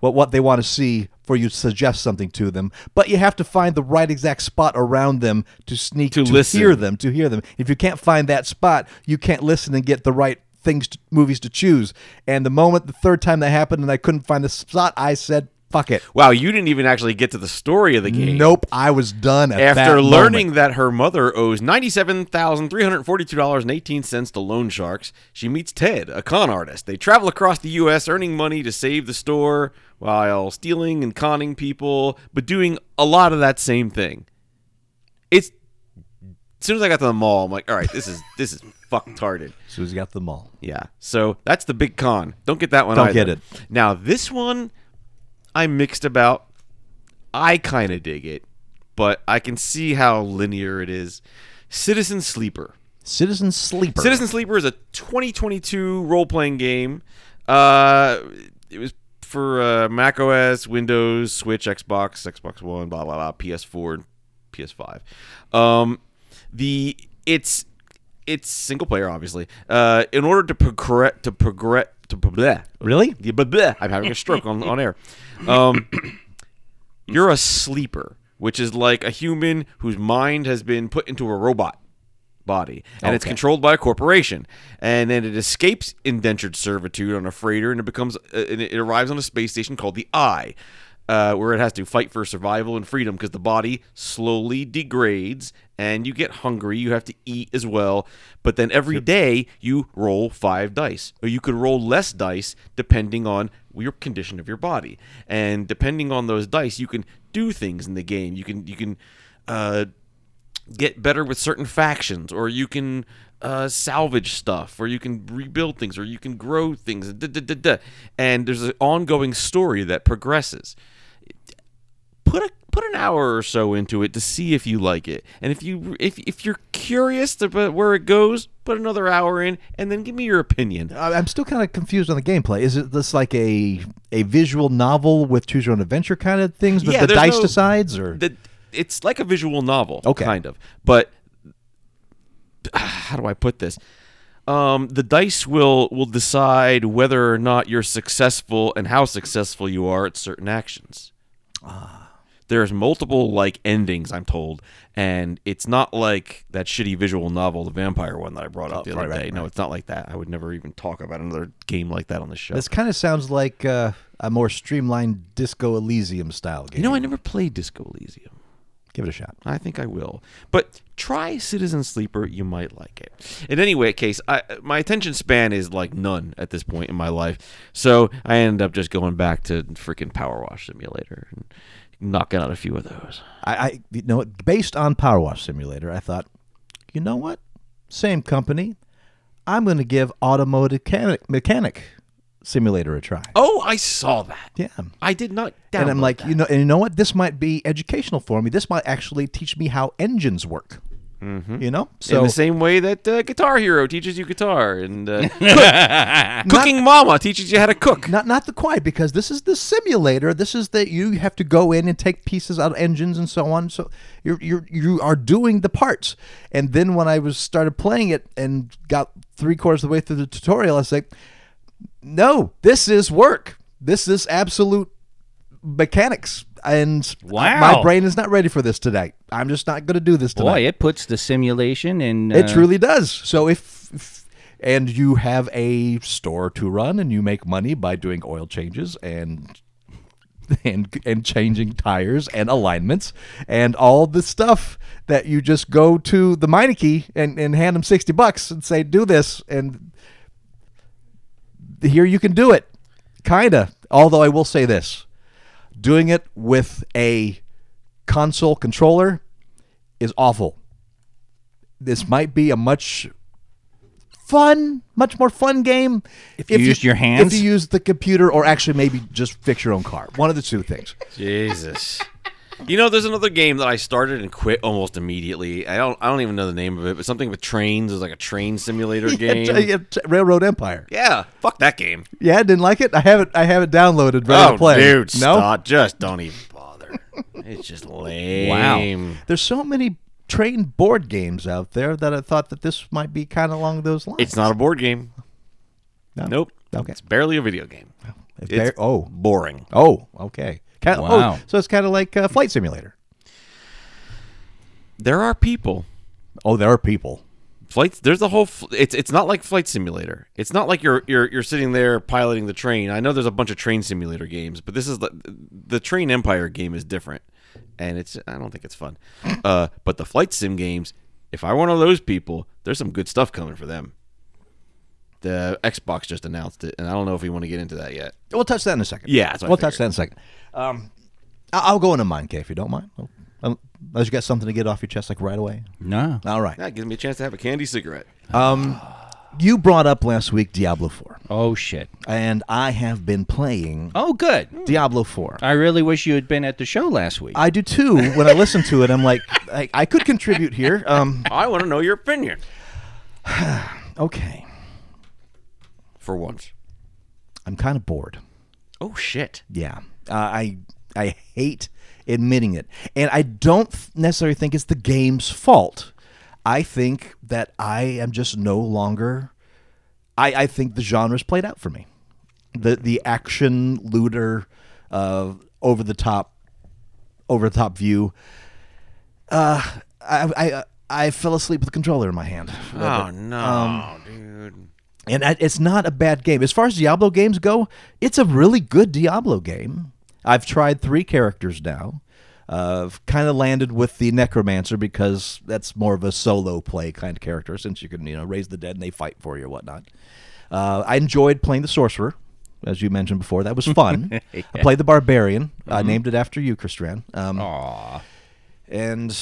S2: what what they want to see, for you to suggest something to them. But you have to find the right exact spot around them to sneak to,
S4: listen.
S2: hear them to hear them. If you can't find that spot, you can't listen and get the right things to, movies to choose. And the moment the third time that happened and I couldn't find the spot, I said, "Fuck it."
S4: Wow, you didn't even actually get to the story of the game.
S2: Nope, I was done at that
S4: After
S2: moment.
S4: learning that her mother owes $97,342.18 to loan sharks, she meets Ted, a con artist. They travel across the U.S. earning money to save the store while stealing and conning people, but doing a lot of that same thing. It's. As soon as I got to the mall, I'm like, all right, this is this is fucktarded.
S2: So he's got them all.
S4: Yeah. So that's the big con. Don't get that one.
S2: Don't
S4: either.
S2: get it.
S4: Now this one, I'm mixed about. I kind of dig it, but I can see how linear it is. Citizen Sleeper.
S2: Citizen Sleeper.
S4: Citizen Sleeper is a 2022 role playing game. Uh, it was for uh, Mac OS, Windows, Switch, Xbox, Xbox One, blah blah blah, PS4, and PS5. Um, the it's it's single player, obviously. Uh, in order to progress to progress to bleh,
S2: Really?
S4: yeah, but bleh, I'm having a stroke on, on air. Um, you're a sleeper, which is like a human whose mind has been put into a robot body and it's
S2: Okay.
S4: controlled by a corporation and then it escapes indentured servitude on a freighter and it becomes uh, and it arrives on a space station called the eye uh, where it has to fight for survival and freedom because the body slowly degrades and you get hungry you have to eat as well but then every day you roll five dice or you could roll less dice depending on your condition of your body and depending on those dice you can do things in the game you can you can uh, get better with certain factions, or you can uh, salvage stuff, or you can rebuild things, or you can grow things. da, da, da, da. And there's an ongoing story that progresses. Put a put an hour or so into it to see if you like it, and if you if if you're curious about where it goes, put another hour in, and then give me your opinion.
S2: I- I'm still kind of confused on the gameplay. Is it this like a a visual novel with choose your own adventure kind of things, but
S4: Yeah,
S2: the
S4: there's
S2: dice
S4: no-
S2: decides, or
S4: The, it's like a visual novel,
S2: Okay.
S4: kind of, but how do I put this? Um, the dice will will decide whether or not you're successful and how successful you are at certain actions. Ah. There's multiple like endings, I'm told, and it's not like that shitty visual novel, the vampire one that I brought up the other day. No, it's not like that. I would never even talk about another game like that on the show.
S2: This kind of sounds like uh, a more streamlined Disco Elysium style game.
S4: you know, I never played Disco Elysium.
S2: Give it a shot.
S4: I think I will. But try Citizen Sleeper, you might like it. In any way, case, I, my attention span is like none at this point in my life. So I end up just going back to freaking Power Wash Simulator and knocking out a few of those.
S2: I, I you know, what, based on Power Wash Simulator, I thought, you know what? Same company. I'm going to give Automotive Mechanic, Mechanic Simulator a try.
S4: Oh, I saw that.
S2: Yeah.
S4: I did not. Download
S2: And I'm like,
S4: that.
S2: you know, and you know what? This might be educational for me. This might actually teach me how engines work. Mm-hmm. You know, so
S4: in the same way that uh, Guitar Hero teaches you guitar, and uh, cook- Cooking Mama teaches you how to cook.
S2: not not the quite because this is the simulator. This is that you have to go in and take pieces out of engines and so on. So you're you're you are doing the parts. And then when I was started playing it and got three quarters of the way through the tutorial, I was like, "No, this is work. This is absolute mechanics." And
S3: Wow.
S2: my brain is not ready for this today. I'm just not going to do this today.
S3: Boy, it puts the simulation in. Uh,
S2: It truly does. So if, if and you have a store to run and you make money by doing oil changes and and and changing tires and alignments and all the stuff that you just go to the Meineke and and hand them 60 bucks and say do this and here you can do it. Kinda. Although I will say this. Doing it with a console controller is awful this might be a much fun, much more fun game if,
S3: you used your
S2: If
S3: hands?
S2: you use the computer, or actually maybe just fix your own car. One of the two things.
S4: Jesus. You know, there's another game that I started and quit almost immediately. I don't, I don't even know the name of it, but something with trains. It was like a train simulator game.
S2: Yeah, yeah, t- Railroad Empire.
S4: Yeah, fuck that game.
S2: Yeah, I didn't like it. I have it. I have it downloaded. Ready
S4: oh,
S2: to play.
S4: dude,
S2: no.
S4: stop. Just don't even bother. it's just lame.
S2: There's so many train board games out there that I thought that this might be kind of along those lines.
S4: It's not a board game.
S2: No?
S4: Nope.
S2: Okay.
S4: It's barely a video game.
S2: If
S4: It's
S2: they're- oh.
S4: boring.
S2: Oh. Okay. Kinda,
S3: Wow.
S2: oh, so it's kind of like uh, Flight Simulator.
S4: There are people.
S2: Oh, there are people.
S4: Flights. There's a whole. Fl- it's it's not like flight simulator. It's not like you're you're you're sitting there piloting the train. I know there's a bunch of train simulator games, but this is the the train empire game is different, and it's I don't think it's fun. Uh, but the flight sim games, if I were one of those people, there's some good stuff coming for them. The Xbox just announced it, and I don't know if we want to get into that yet.
S2: We'll touch that in a second.
S4: Yeah, that's what I
S2: we'll touch
S4: figured.
S2: that in a second. Um, I- I'll go into mine, Kay, if you don't mind. Oh, um, Unless you got something to get off your chest, like right away.
S3: No.
S2: All right.
S4: That gives me a chance to have a candy cigarette.
S2: You brought up last week Diablo Four,
S3: Oh shit.
S2: and I have been playing
S3: Oh good.
S2: Diablo Four.
S3: I really wish you had been at the show last week.
S2: I do too. When I listen to it, I'm like, I, I could contribute here. Um,
S4: I want to know your opinion
S2: okay,
S4: for once.
S2: I'm kind of bored.
S4: Oh shit!
S2: Yeah, uh, I I hate admitting it, and I don't th- necessarily think it's the game's fault. I think that I am just no longer. I I think the genre's played out for me. The the action looter, uh, over the top, over the top view. Uh, I I I fell asleep with the controller in my hand.
S4: Oh no, dude.
S2: And I, it's not a bad game. As far as Diablo games go, it's a really good Diablo game. I've tried three characters now. Uh, I've kind of landed with the Necromancer because that's more of a solo play kind of character since you can, you know, raise the dead and they fight for you or whatnot. Uh, I enjoyed playing the Sorcerer, as you mentioned before. That was fun. I played the Barbarian. I named it after you, Christran. Um,
S3: Oh. Aw.
S2: And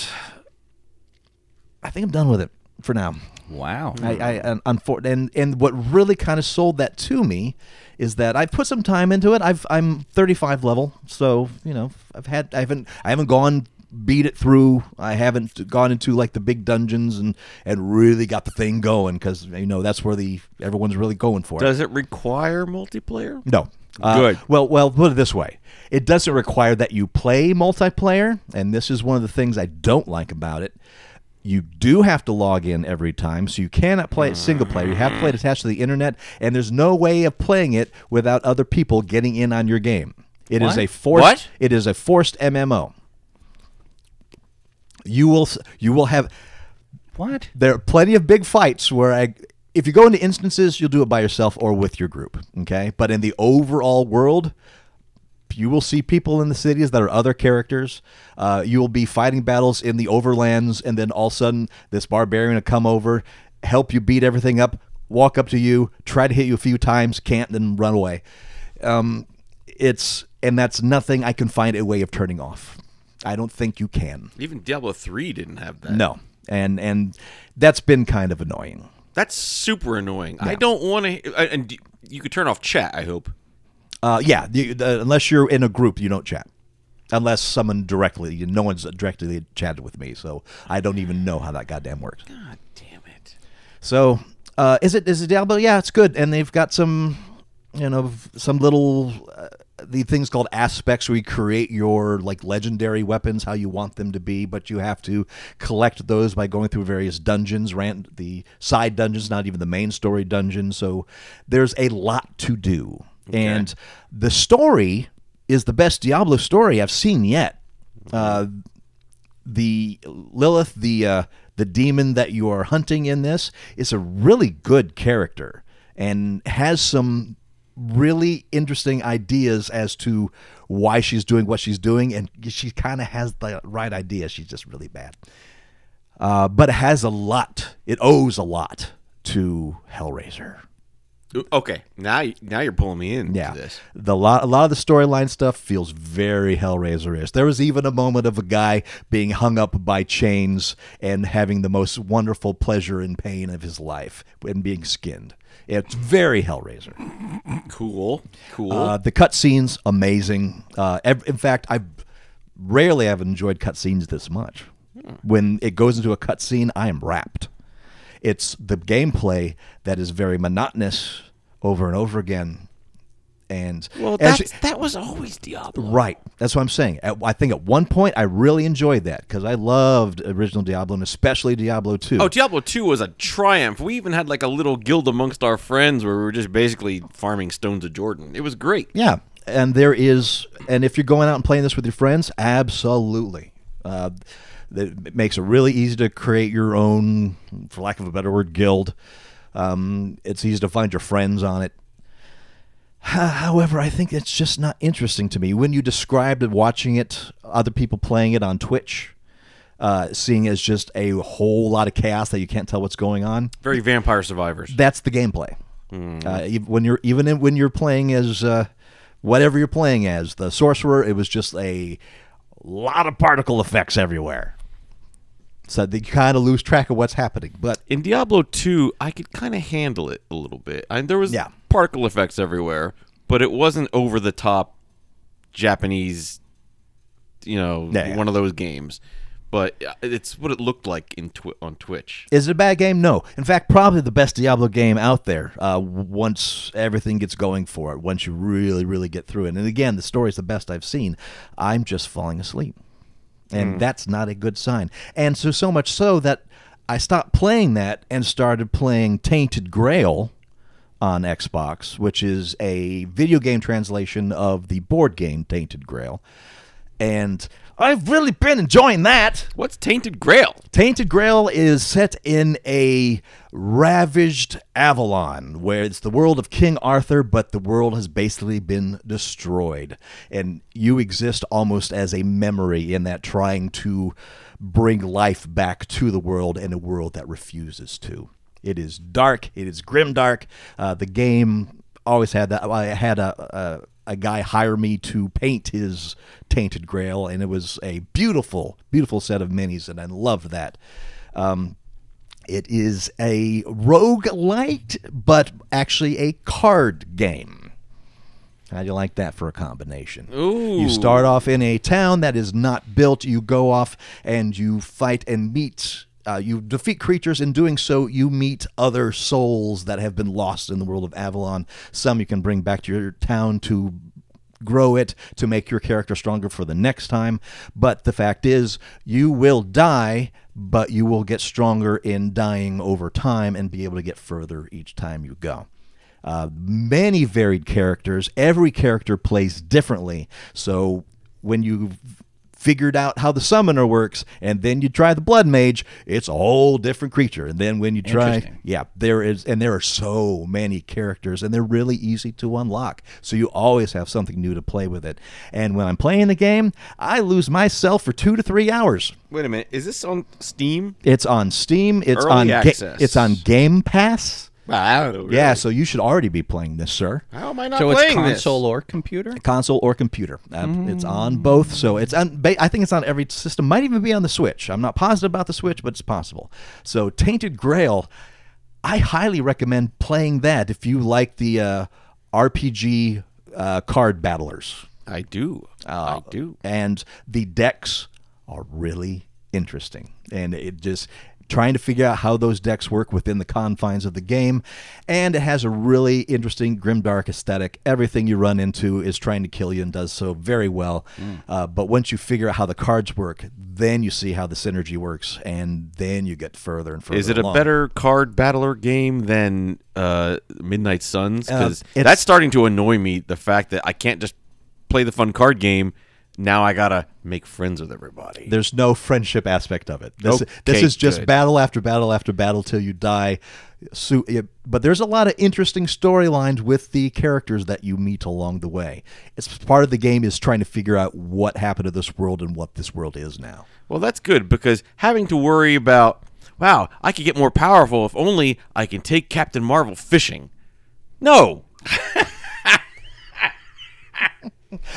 S2: I think I'm done with it for now.
S3: Wow.
S2: I, I and, unfor- and and what really kind of sold that to me is that I've put some time into it. I've I'm 35 level, so you know I've had I haven't I haven't gone beat it through. I haven't gone into like the big dungeons and and really got the thing going because you know that's where the everyone's really going for it.
S4: Does it require multiplayer?
S2: No. Uh,
S4: Good.
S2: Well, well, put it this way: it doesn't require that you play multiplayer, and this is one of the things I don't like about it. You do have to log in every time, so you cannot play it single player. You have to play it attached to the internet, and there's no way of playing it without other people getting in on your game. It is
S3: What?
S2: a forced.
S3: What?
S2: It is a forced MMO. You will s- you will have
S3: What?
S2: there are plenty of big fights where I, if you go into instances, you'll do it by yourself or with your group. Okay, but in the overall world, you will see people in the cities that are other characters. Uh, you will be fighting battles in the overlands, and then all of a sudden, this barbarian will come over, help you beat everything up, walk up to you, try to hit you a few times, can't, then run away. Um, it's and that's nothing I can find a way of turning off. I don't think you can.
S4: Even Diablo 3 didn't have that.
S2: No, and and that's been kind of annoying.
S4: That's super annoying. I don't want to. And d- you could turn off chat, I hope.
S2: Uh, yeah, you, uh, unless you're in a group, you don't chat. Unless someone directly, no one's directly chatted with me, so I don't even know how that goddamn works.
S4: God damn it.
S2: So, uh, is it is it Diablo? Yeah, it's good, and they've got some, you know, some little uh, the things called aspects where you create your like legendary weapons how you want them to be, but you have to collect those by going through various dungeons, ran the side dungeons, not even the main story dungeon. So, there's a lot to do, and the story is the best Diablo story I've seen yet the Lilith, the uh, the demon that you are hunting in this, is a really good character and has some really interesting ideas as to why she's doing what she's doing, and she kind of has the right idea. She's just really bad, uh, but it has a lot. It owes a lot to Hellraiser.
S4: Ooh, Okay, now y- now you're pulling me in.
S2: Yeah,
S4: to this.
S2: the lot a lot of the storyline stuff feels very Hellraiser ish. There was even a moment of a guy being hung up by chains and having the most wonderful pleasure and pain of his life and being skinned. It's very Hellraiser.
S4: Cool, cool.
S2: Uh, the cutscenes amazing. Uh, ev- in fact, I rarely have enjoyed cutscenes this much.
S4: Hmm.
S2: When it goes into a cutscene, I am wrapped. It's the gameplay that is very monotonous over and over again. And
S4: well,
S2: as
S4: that's,
S2: you-
S4: that was always Diablo.
S2: Right. That's what I'm saying. At, I think at one point I really enjoyed that because I loved original Diablo and especially Diablo 2.
S4: Oh, Diablo 2 was a triumph. We even had like a little guild amongst our friends where we were just basically farming stones of Jordan. It was great.
S2: yeah. And there is, and if you're going out and playing this with your friends, absolutely. Uh, that makes it really easy to create your own, for lack of a better word, guild. Um, it's easy to find your friends on it. However, I think it's just not interesting to me. When you described it, watching it, other people playing it on Twitch, uh, seeing as just a whole lot of chaos that you can't tell what's going on,
S4: Very Vampire Survivors.
S2: that's the gameplay. Uh, ev- when you're even in, when you're playing as uh, whatever you're playing as the sorcerer, it was just a lot of particle effects everywhere. So that you kind of lose track of what's happening. But
S4: in Diablo 2, I could kind of handle it a little bit. I, there was
S2: Yeah.
S4: particle effects everywhere, but it wasn't over the top Japanese, you know,
S2: Yeah, yeah.
S4: one of those games. But uh, it's what it looked like in twi- on Twitch.
S2: Is it a bad game? No. In fact, probably the best Diablo game out there. Uh, w- once everything gets going for it, once you really, really get through it, and again, the story's the best I've seen. I'm just falling asleep, and that's not a good sign. And so, so much so that I stopped playing that and started playing Tainted Grail on Xbox, which is a video game translation of the board game Tainted Grail, and I've really been enjoying that.
S4: What's Tainted Grail?
S2: Tainted Grail is set in a ravaged Avalon, where it's the world of King Arthur, but the world has basically been destroyed. And you exist almost as a memory in that, trying to bring life back to the world in a world that refuses to. It is dark, it is grim dark. Uh, the game always had that. I had a, a a guy hire me to paint his tainted grail, and it was a beautiful, beautiful set of minis, and I loved that. Um, it is a rogue light, but actually a card game. How do you like that for a combination? You start off in a town that is not built. You go off and you fight and meet. Uh, you defeat creatures. In doing so, you meet other souls that have been lost in the world of Avalon. Some you can bring back to your town to grow it, to make your character stronger for the next time. But the fact is, you will die, but you will get stronger in dying over time and be able to get further each time you go. Uh, many varied characters. Every character plays differently. So when you figured out how the summoner works and then you try the blood mage it's a whole different creature and then when you try
S3: Interesting.
S2: yeah there is and there are so many characters and they're really easy to unlock so you always have something new to play with it and when i'm playing the game i lose myself for two to three hours
S4: Wait a minute. Is this on Steam?
S2: it's on steam it's
S4: Early
S2: on Ga-
S4: access.
S2: it's on game pass
S4: I don't know. Really.
S2: yeah so you should already be playing this sir
S4: How am I not
S3: So it's
S4: playing
S3: console
S4: this?
S3: or computer?
S2: console or computer. Uh, It's on both, so it's on. Ba- I think it's on every system. Might even be on the Switch. I'm not positive about the Switch, but it's possible. So Tainted Grail, I highly recommend playing that if you like the uh, RPG uh, card battlers,
S4: I do. I do.
S2: and the decks are really interesting, and it just. Trying to figure out how those decks work within the confines of the game, and it has a really interesting grimdark aesthetic. Everything you run into is trying to kill you and does so very well.
S4: Hmm.
S2: Uh, but once you figure out how the cards work, then you see how the synergy works, and then you get further and further.
S4: Is it a
S2: along.
S4: better card battler game than uh, Midnight Suns? Because
S2: it's-
S4: that's starting to annoy me. The fact that I can't just play the fun card game. Now I gotta make friends with everybody.
S2: There's no friendship aspect of it. This, this
S4: Okay,
S2: is just
S4: good.
S2: battle after battle after battle till you die. So, yeah, but there's a lot of interesting storylines with the characters that you meet along the way. It's part of the game is trying to figure out what happened to this world and what this world is now.
S4: Well, that's good because having to worry about, wow, I could get more powerful if only I can take Captain Marvel fishing. No.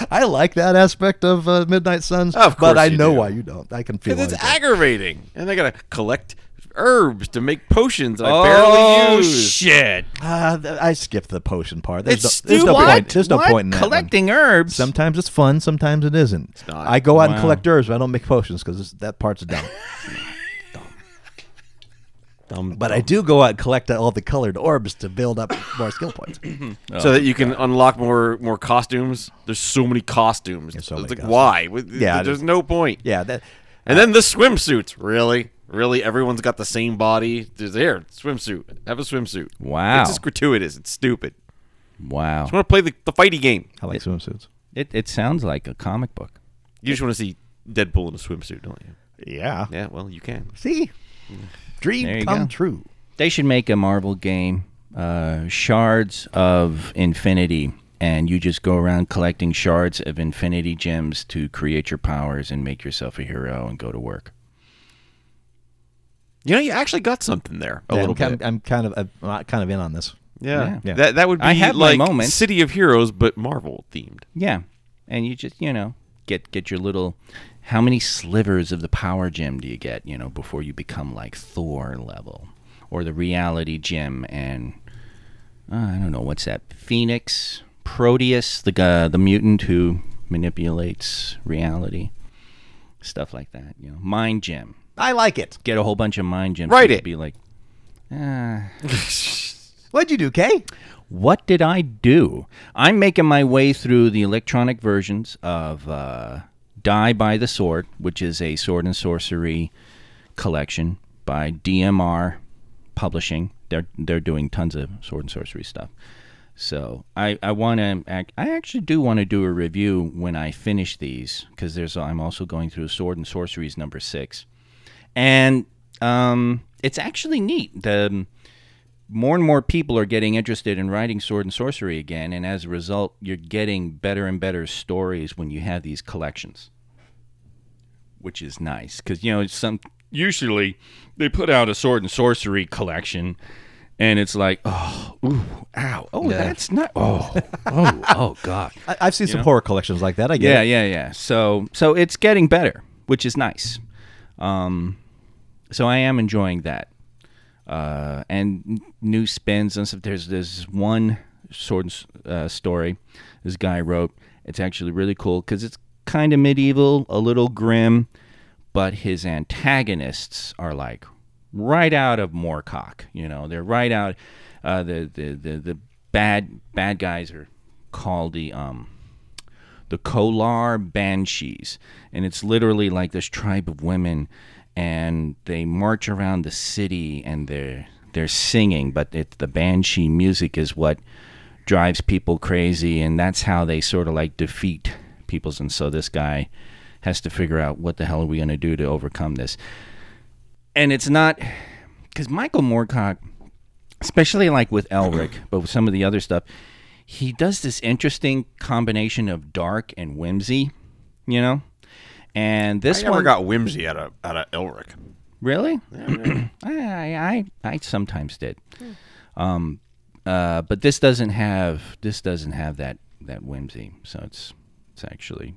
S2: I like that aspect of uh, Midnight Suns,
S4: Of course
S2: but I
S4: you
S2: know
S4: do.
S2: why you don't. I can feel
S4: Because it's
S2: it.
S4: aggravating. And I got to collect herbs to make potions that I barely
S3: Oh
S4: use.
S3: shit!
S2: Uh, th- I skipped the potion part. There's
S4: It's
S2: no, there's no
S4: stupid.
S2: point. There's no
S3: What?
S2: point in that. one.
S3: collecting herbs.
S2: Sometimes it's fun, sometimes it isn't.
S4: not.
S2: I go out and collect herbs, but I don't make potions because that part's dumb.
S4: Dumb,
S2: But I do go out and collect all the colored orbs to build up more skill points.
S4: so that you can unlock more more costumes. There's so many costumes.
S2: so
S4: it's
S2: many
S4: like,
S2: costumes.
S4: why? With-
S2: Yeah,
S4: There's
S2: it is.
S4: no point.
S2: Yeah, that
S4: And then the swimsuits. Really? Really? Everyone's got the same body. There's here, swimsuit. Have a swimsuit.
S3: Wow.
S4: It's just gratuitous. It's stupid.
S3: wow.
S4: I want to play the, the fighty game.
S2: I like swimsuits.
S3: It, it sounds like a comic book.
S4: You just want to see Deadpool in a swimsuit, don't you?
S2: Yeah.
S4: Yeah, well, you can.
S2: See,
S3: There
S2: dream
S3: you
S2: come
S3: go.
S2: true.
S3: They should make a Marvel game, uh, Shards of Infinity, and you just go around collecting shards of infinity gems to create your powers and make yourself a hero and go to work.
S4: You know, you actually got something there a
S2: Yeah,
S4: little
S2: I'm, kind
S4: bit.
S2: Of, I'm kind of I'm not kind of in on this.
S4: yeah.
S2: Yeah.
S4: that that would be
S3: I had my
S4: like
S3: moment.
S4: City of Heroes, but Marvel themed.
S3: Yeah, and you just you know get get your little. How many slivers of the power gem do you get? You know before you become like Thor level or the reality gem and uh, I don't know what's that Phoenix Proteus the guy the mutant who manipulates reality stuff like that. You know mind gem
S2: I like it.
S3: get a whole bunch of mind gems.
S4: Write
S3: You
S4: it.
S3: Be like. "Ah,
S2: What'd you do, Kay?
S3: what did I do? I'm making my way through the electronic versions of uh, Die by the Sword, which is a sword and sorcery collection by DMR Publishing. They're they're doing tons of sword and sorcery stuff. So I, I want to I actually do want to do a review when I finish these because there's I'm also going through Sword and Sorceries number six, and um, it's actually neat. The more and more people are getting interested in writing sword and sorcery again, and as a result, you're getting better and better stories when you have these collections, which is nice because you know it's some usually they put out a sword and sorcery collection, and it's like oh ooh ow oh that's not oh oh oh god
S2: I, I've seen some horror collections like that. I get
S3: yeah
S2: it.
S3: yeah yeah so so it's getting better, which is nice, um, so I am enjoying that uh, and n- new spins and stuff. There's there's one sword and s- uh, story this guy wrote. It's actually really cool because it's kind of medieval, a little grim, but his antagonists are like right out of Moorcock. You know, they're right out. Uh, the, the the the bad bad guys are called the um the Kolar Banshees, and it's literally like this tribe of women, and they march around the city and they're they're singing, but it, the banshee music is what drives people crazy, and that's how they sort of like defeat peoples. And so this guy has to figure out what the hell are we going to do to overcome this. And it's not because Michael Moorcock, especially like with Elric, but with some of the other stuff, he does this interesting combination of dark and whimsy, you know. And this
S4: I never
S3: one
S4: got whimsy out of out of Elric.
S3: Really? I, I, I I sometimes did. Um, uh, but this doesn't have this doesn't have that that whimsy. So it's it's actually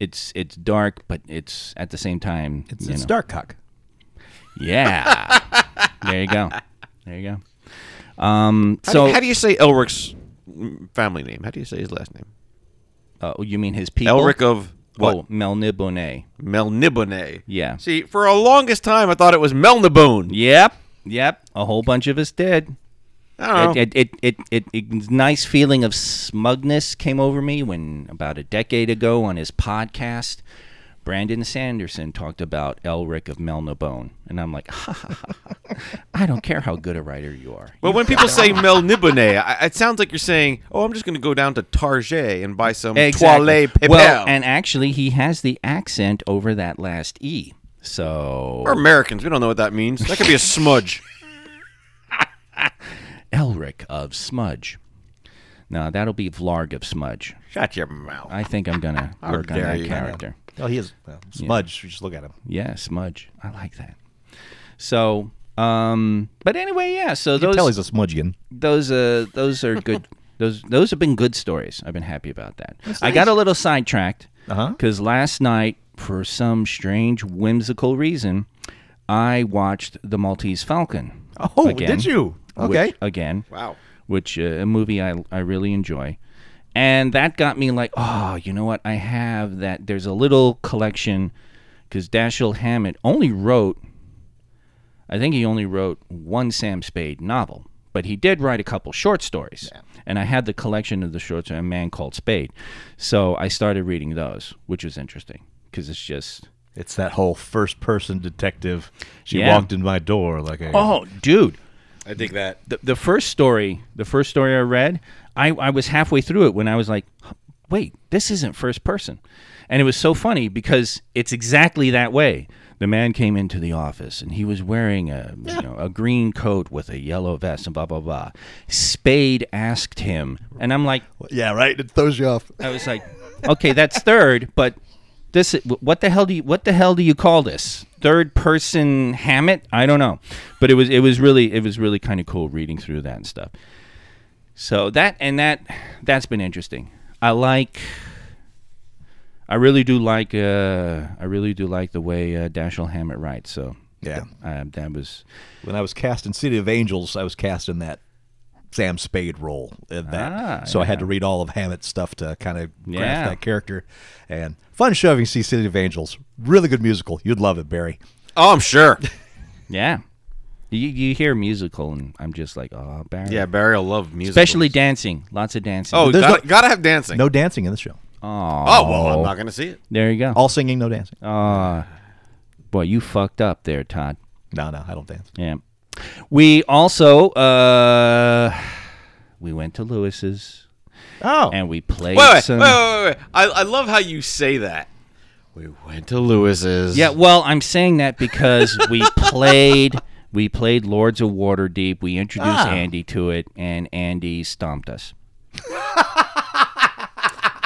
S3: it's it's dark, but it's at the same time
S2: It's,
S3: you
S2: it's
S3: know.
S2: dark cock.
S3: Yeah. there you go. There you go. Um,
S4: How,
S3: so
S4: do, how do you say Elric's mm, family name? How do you say his last name?
S3: uh, you mean his people?
S4: Elric of what?
S3: Oh, Melnibone.
S4: Melnibone.
S3: Yeah.
S4: See, for a longest time, I thought it was Melnibone.
S3: Yep. Yep. A whole bunch of us did.
S4: I don't know.
S3: It, it, it, it, it, it, nice feeling of smugness came over me when about a decade ago on his podcast, Brandon Sanderson talked about Elric of Melnibone. And I'm like, ha, ha, ha, ha. I don't care how good a writer you are.
S4: But when people say Melnibone, I- it sounds like you're saying, "Oh, I'm just going to go down to Target and buy some toilet paper
S3: Well, and actually, he has the accent over that last E. So,
S4: We're Americans. We don't know what that means. That could be a smudge.
S3: Elric of Smudge. No, that'll be Vlarg of Smudge.
S4: Shut your mouth.
S3: I think I'm going to work on
S4: dare
S3: that
S4: you.
S3: character.
S2: Oh, he is well, smudge. Just look at him.
S3: Yeah, smudge. I like that. So, um, but anyway, yeah. So
S2: You can tell
S3: those
S2: he's a smudgian.
S3: those uh those are good. those those have been good stories. I've been happy about that. I got a little sidetracked
S2: Uh-huh.
S3: because last night, for some strange whimsical reason, I watched the Maltese Falcon.
S2: Oh,
S3: again,
S2: did you?
S3: which-
S2: Okay.
S3: again.
S4: Wow.
S3: Which uh, a movie I I really enjoy. And that got me like, oh, you know what? I have that. There's a little collection because Dashiell Hammett only wrote, I think he only wrote one Sam Spade novel, but he did write a couple short stories. And I had the collection of the short story, A Man Called Spade. So I started reading those, which was interesting because it's just,
S2: It's that whole first person detective. She
S3: Yeah.
S2: walked in my door like a.
S3: oh, dude,
S4: I dig that.
S3: the, the first story, the first story I read, I, I was halfway through it when I was like, wait, this isn't first person. And it was so funny because it's exactly that way. The man came into the office and he was wearing a, you know, a green coat with a yellow vest and blah, blah, blah. Spade asked him, and I'm like,
S2: Yeah, right. It throws you off.
S3: I was like, okay, that's third, but this what the hell do you what the hell do you call this? Third person Hammett? I don't know. But it was it was really it was really kind of cool reading through that and stuff. So that and that that's been interesting. I like I really do like uh I really do like the way uh, Dashiell Hammett writes. So
S2: Yeah.
S3: uh, that was
S2: When I was cast in City of Angels, I was cast in that Sam Spade role. In that,
S3: Ah,
S2: so I had to read all of Hammett's stuff to kind of
S3: Yeah.
S2: grasp that character. And fun show if you see City of Angels. Really good musical. You'd love it, Barry.
S4: Oh, I'm sure.
S3: yeah. You, you hear musical and I'm just like oh Barry.
S4: Yeah, Barry will love music.
S3: Especially dancing, lots of dancing.
S4: Oh,
S2: There's
S4: gotta,
S2: no-
S4: gotta have dancing.
S2: No dancing in the show.
S4: Oh, well, I'm not going to see it.
S3: There you go. Uh,
S2: All singing, no dancing.
S3: Oh.
S4: Oh.
S3: Boy, you fucked up there, Todd.
S2: No, no, I don't dance.
S3: Yeah. We also uh we went to Lewis's
S2: Oh,
S3: and we played
S4: Wait, wait, wait,
S3: some
S4: wait, wait, wait. I, I love how you say that. We went to Lewis's.
S3: Yeah, well, I'm saying that because we played we played Lords of Waterdeep. We introduced
S4: Ah.
S3: Andy to it and Andy stomped us.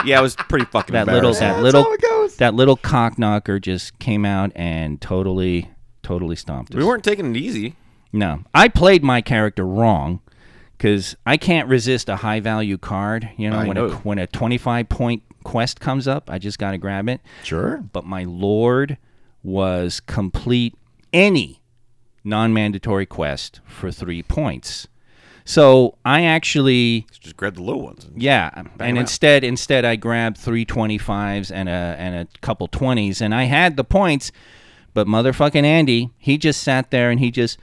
S4: yeah, it was pretty fucking
S3: That little that
S4: embarrassing.
S3: little that little cock knocker just came out and totally totally stomped us.
S4: We weren't taking it easy.
S3: No, I played my character wrong because I can't resist a high value card. You know,
S4: I
S3: when
S4: know.
S3: a when a twenty five point quest comes up, I just got to grab it.
S2: sure.
S3: But my lord was complete any non mandatory quest for three points. So I actually
S4: Just grab the low ones. and-
S3: yeah, and instead, instead I grabbed three twenty fives and a and a couple twenties, and I had the points, but motherfucking Andy, he just sat there and he just,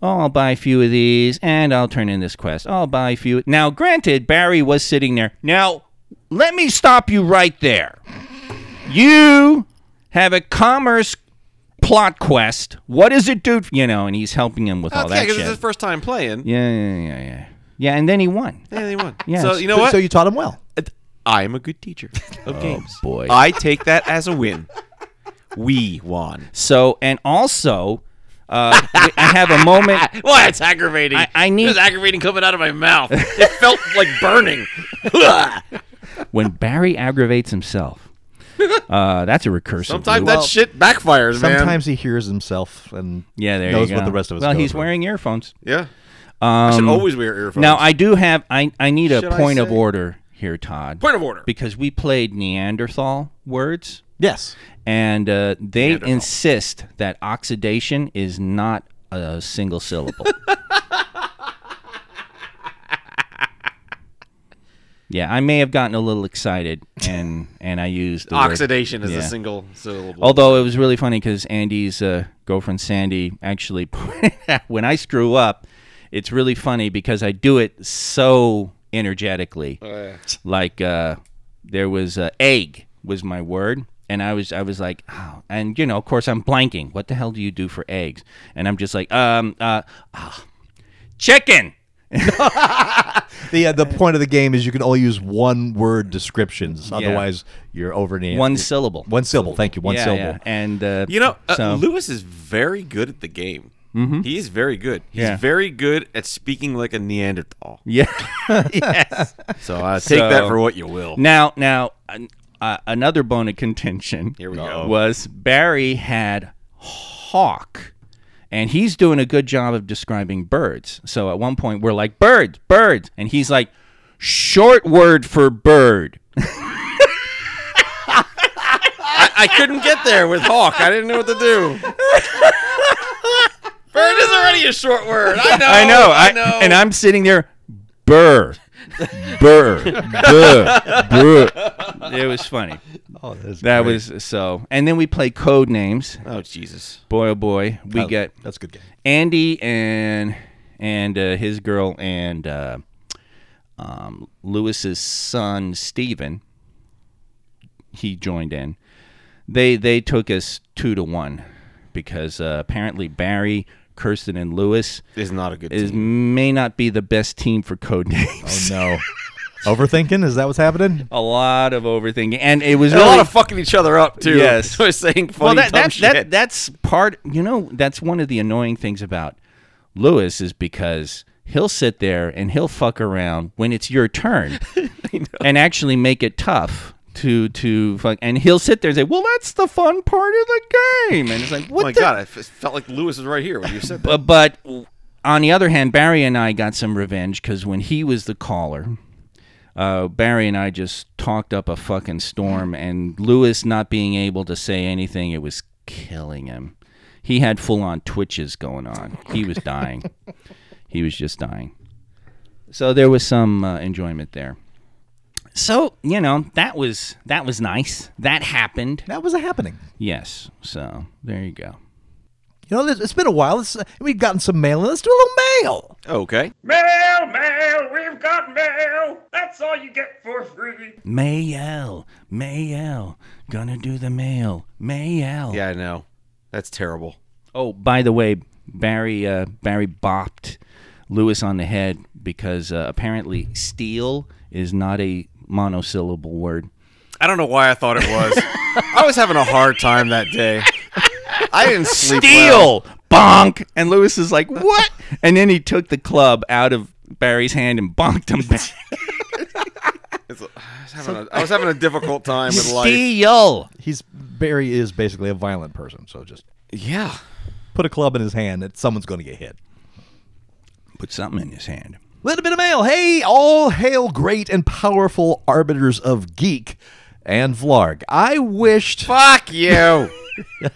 S3: oh, I'll buy a few of these, and I'll turn in this quest. I'll buy a few. Now, granted, Barry was sitting there. Now, let me stop you right there. You have a commerce plot quest. What does it do? You know, and he's helping him with all
S4: yeah,
S3: that
S4: because
S3: shit.
S4: it's his first time playing.
S3: yeah, yeah, yeah, yeah. Yeah, and then he won.
S4: Yeah, they won.
S3: Yeah,
S4: So
S3: it's-
S4: you know
S2: So-
S4: what?
S2: So you taught him well.
S4: I am a good teacher of games.
S3: boy.
S4: I take that as a win. We won.
S3: So, and also, uh, we- I have a moment.
S4: Well, that's aggravating.
S3: I- I need-
S4: It was aggravating coming out of my mouth. It felt like burning.
S3: when Barry aggravates himself. Uh, that's a recursive.
S4: Sometimes
S3: loop.
S4: that shit backfires, man.
S2: Sometimes he hears himself and
S3: yeah, there
S2: knows
S3: you go.
S2: what the rest of us.
S3: Well,
S2: go
S3: he's
S2: through.
S3: wearing earphones.
S4: Yeah. I should always wear earphones.
S3: Now I do have. I I need a
S4: Should I
S3: point of
S4: say-
S3: order here, Todd,
S4: point of order.
S3: because we played Neanderthal words,
S2: Yes.
S3: and uh, they insist that oxidation is not a single syllable. yeah, I may have gotten a little excited, and and I used the word-
S4: Oxidation is
S3: Yeah.
S4: a single syllable.
S3: Although it was really funny because Andy's uh, girlfriend Sandy actually pointed out when I screw up, it's really funny because I do it so energetically.
S4: Oh,
S3: Like uh, there was uh, egg was my word, and I was I was like, oh. and you know, of course, I'm blanking. What the hell do you do for eggs? And I'm just like, um, uh, ah, chicken.
S2: The uh, the point of the game is you can only use one word descriptions. Otherwise, you're over the
S3: One syllable.
S2: One syllable. Thank you. One
S3: yeah,
S2: syllable.
S3: yeah. And uh,
S4: You know, uh,
S3: so-
S4: Lewis is very good at the game. He is very good. He's
S3: Yeah.
S4: very good at speaking like a Neanderthal.
S3: yeah.
S4: So uh, take that
S3: So-
S4: for what you will.
S3: Now, now, an- uh, another bone of contention.
S4: Here we go.
S3: Was Barry had hawk, and he's doing a good job of describing birds. So at one point we're like birds, birds, and he's like short word for bird.
S4: I, I couldn't get there with Hawk. I didn't know what to do. Bird is already a short word. I know.
S3: I know. I, and I'm sitting there, burr, burr, burr, burr. It was funny.
S2: Oh, that's
S3: That
S2: great.
S3: was so. And then we play code names.
S4: oh Jesus.
S3: Boy, oh boy, we
S2: Oh,
S3: get
S2: that's a good game.
S3: Andy and and uh, his girl and uh, um, Lewis's son Steven, he joined in. They they took us two to one because uh, apparently Barry, Kirsten, and Lewis
S4: Is not a good.
S3: is
S4: team. Oh,
S3: may not be the best team for code names.
S2: No. Overthinking? Is that what's happening?
S3: A lot of overthinking, and it was
S4: And a
S3: really-
S4: lot of fucking each other up too.
S3: Yes.
S4: so saying funny
S3: well, that,
S4: dumb
S3: that,
S4: shit. Oh
S3: that that's part. You know, that's one of the annoying things about Lewis is because he'll sit there and he'll fuck around when it's your turn, and actually make it tough to to fuck. And he'll sit there and say, "Well, that's the fun part of the game," and it's like,
S4: oh
S3: "What
S4: my
S3: the?"
S4: god, I f- felt like Lewis was right here when you said that.
S3: Bu- But, on the other hand, Barry and I got some revenge because when he was the caller. Uh, Barry and I just talked up a fucking storm, and Lewis not being able to say anything, it was killing him. He had full on twitches going on. He was dying. he was just dying. So there was some uh, enjoyment there. So you know that was that was nice. That happened.
S2: That was a happening.
S3: Yes. So there you go.
S2: You know, it's it's been a while. It's, we've gotten some mail, and let's do a little mail.
S4: okay.
S5: Mail, mail, we've got mail. That's all you get for free.
S3: Mayel, Mayel, gonna do the mail, Mayel.
S4: Yeah, I know. That's terrible.
S3: Oh, by the way, Barry uh, Barry bopped Lewis on the head because uh, apparently steel is not a monosyllable word.
S4: I don't know why I thought it was. I was having a hard time that day. I didn't sleep well.
S3: Steel, bonk, and Lewis is like, "What?" and then he took the club out of Barry's hand and bonked him back.
S4: It's- I was having a- I was having a difficult time with life.
S3: steel.
S2: He's Barry is basically a violent person, so just
S4: Yeah.
S2: put a club in his hand, and someone's going to get hit.
S3: Put something in his hand.
S2: Little bit of mail. Hey, all hail great and powerful arbiters of geek and vlog. I wished
S4: Fuck you.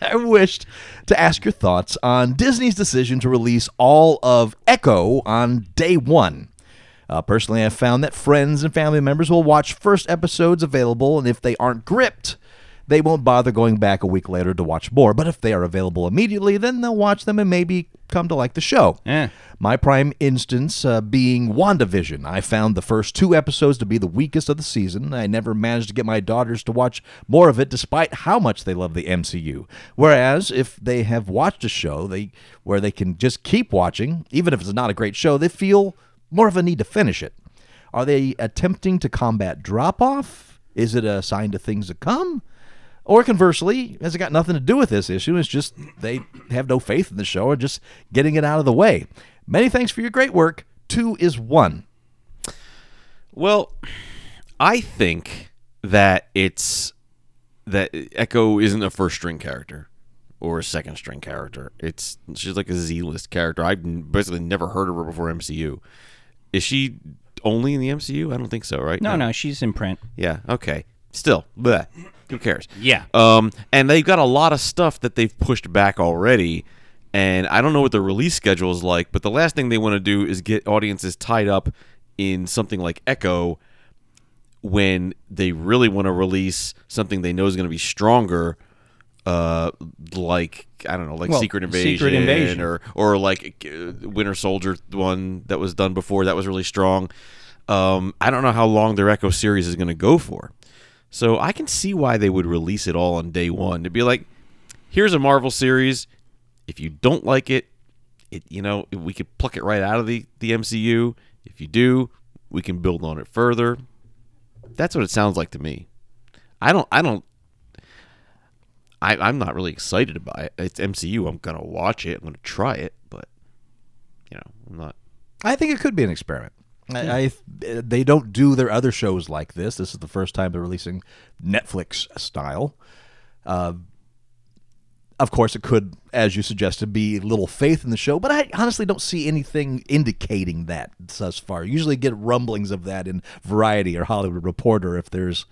S2: I wished to ask your thoughts on Disney's decision to release all of Echo on day one. Uh, personally, I've found that friends and family members will watch first episodes available, and if they aren't gripped, they won't bother going back a week later to watch more. But if they are available immediately, then they'll watch them and maybe come to like the show.
S3: Yeah.
S2: My prime instance uh, being WandaVision. I found the first two episodes to be the weakest of the season. I never managed to get my daughters to watch more of it, despite how much they love the MCU. Whereas, if they have watched a show they where they can just keep watching, even if it's not a great show, they feel more of a need to finish it. Are they attempting to combat drop off? Is it a sign to things to come? Or conversely, has it got nothing to do with this issue? It's just they have no faith in the show or just getting it out of the way. Many thanks for your great work. Two is one.
S4: Well, I think that it's that Echo isn't a first string character or a second string character. It's she's like a Z list character. I've basically never heard of her before MCU. Is she only in the MCU? I don't think so, right?
S3: No, no, she's in print.
S4: Yeah. Okay. Still, bleh. who cares?
S3: Yeah.
S4: Um, and they've got a lot of stuff that they've pushed back already, and I don't know what the release schedule is like. But the last thing they want to do is get audiences tied up in something like Echo, when they really want to release something they know is going to be stronger. Uh, like I don't know, like
S3: Well,
S4: Secret Invasion,
S3: Secret Invasion.
S4: or or like uh, Winter Soldier one that was done before that was really strong. Um, I don't know how long their Echo series is going to go for, so I can see why they would release it all on day one to be like, here's a Marvel series. If you don't like it, it you know we could pluck it right out of the the MCU. If you do, we can build on it further. That's what it sounds like to me. I don't. I don't. I, I'm not really excited about it. It's MCU. I'm gonna watch it. I'm gonna try it, but you know, I'm not.
S2: I think it could be an experiment. I, I they don't do their other shows like this. This is the first time they're releasing Netflix style. Uh, of course, it could, as you suggested, be little faith in the show, but I honestly don't see anything indicating that thus far. Usually, get rumblings of that in Variety or Hollywood Reporter if there's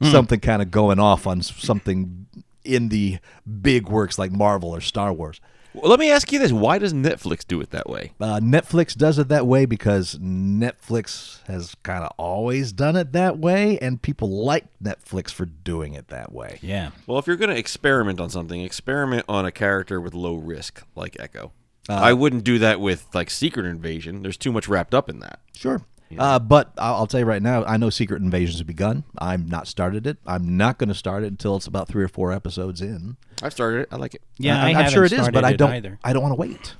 S2: something kind of going off on s- something in the big works like Marvel or Star Wars.
S4: Well, let me ask you this: Why does Netflix do it that way?
S2: Uh, Netflix does it that way because Netflix has kind of always done it that way, and people like Netflix for doing it that way.
S3: Yeah.
S4: Well, if you're gonna experiment on something, experiment on a character with low risk, like Echo. I wouldn't do that with like Secret Invasion. There's too much wrapped up in that.
S2: Sure. Uh, but I- I'll tell you right now, I know Secret Invasion's begun. I'm not started it. I'm not going to start it until it's about three or four episodes in.
S4: I've started it. I like it.
S3: Yeah,
S2: I,
S3: I,
S2: am
S3: haven't
S2: sure it is,
S3: started
S2: but I
S3: it
S2: don't.
S3: Either.
S2: I don't want to wait.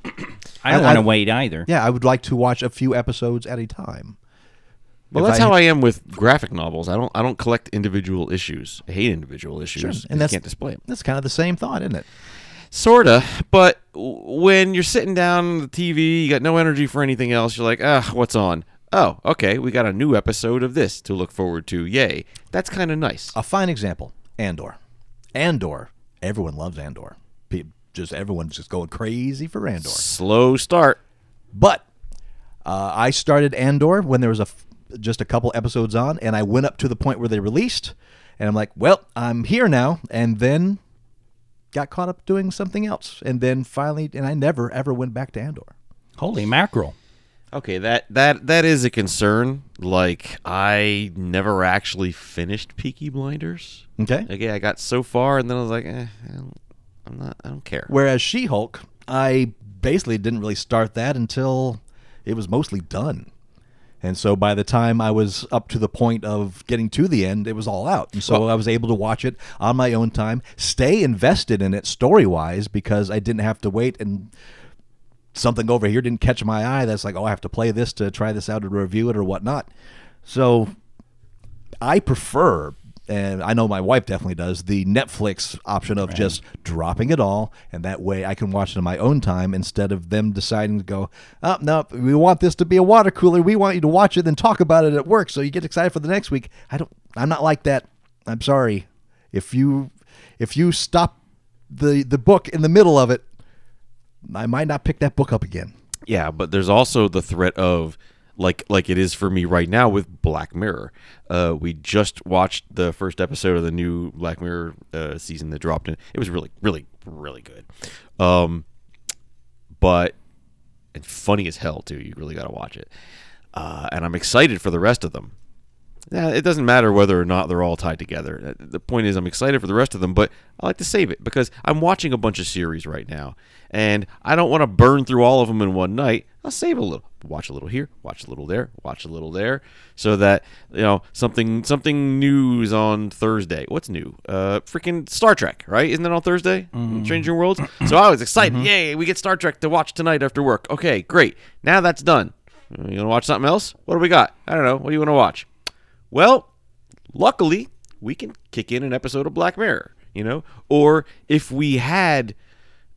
S3: I
S2: I-
S3: don't want to
S2: I've-
S3: wait either.
S2: yeah, I would like to watch a few episodes at a time.
S4: Well,
S2: If
S4: that's
S2: I-
S4: how I am with graphic novels. I don't. I don't collect individual issues. I hate individual issues.
S2: Sure,
S4: 'cause
S2: and
S4: you
S2: that's
S4: can't display them.
S2: That's kind of the same thought, isn't it?
S4: Sorta, but w- when you're sitting down on the TV, you got no energy for anything else. You're like, ah, what's on? Oh, okay, we got a new episode of this to look forward to. Yay! That's kind of nice.
S2: A fine example: Andor. Andor. Everyone loves Andor. Pe- Just everyone's just going crazy for Andor.
S4: Slow start.
S2: But uh, I started Andor when there was a f- just a couple episodes on, and I went up to the point where they released, and I'm like, "Well, I'm here now," and then got caught up doing something else, and then finally, and I never ever went back to Andor.
S3: Holy mackerel.
S4: Okay, that that that is a concern. Like I never actually finished Peaky Blinders.
S2: Okay.
S4: Okay, I got so far, and then I was like, eh, I don't, I'm not. I don't care.
S2: Whereas She-Hulk, I basically didn't really start that until it was mostly done. And so by the time I was up to the point of getting to the end, it was all out. And so I was able to watch it on my own time, stay invested in it story-wise because I didn't have to wait and something over here didn't catch my eye that's like, "Oh, I have to play this to try this out to review it or whatnot." So I prefer, and I know my wife definitely does, the Netflix option of just dropping it all, and that way I can watch it in my own time instead of them deciding to go, oh, no, we want this to be a water cooler. We want you to watch it, then talk about it at work, so you get excited for the next week. I don't. I'm not like that. I'm sorry. If you if you stop the the book in the middle of it, I might not pick that book up again.
S4: Yeah, but there's also the threat of like like it is for me right now with Black Mirror. Uh, we just watched the first episode of the new Black Mirror uh, season that dropped in. It was really really really good. Um, but and funny as hell too. You really got to watch it. Uh, and I'm excited for the rest of them. Yeah, it doesn't matter whether or not they're all tied together. Uh, The point is, I'm excited for the rest of them, but I like to save it because I'm watching a bunch of series right now, and I don't want to burn through all of them in one night. I'll save a little, watch a little here, watch a little there, watch a little there, so that you know something something news on Thursday. What's new? Uh, freaking Star Trek, right? Isn't it on Thursday? Stranger Worlds. So I was excited. Yay, we get Star Trek to watch tonight after work. Okay, great. Now that's done. You gonna watch something else? What do we got? I don't know. What do you want to watch? Well, luckily, we can kick in an episode of Black Mirror, you know? Or if we had,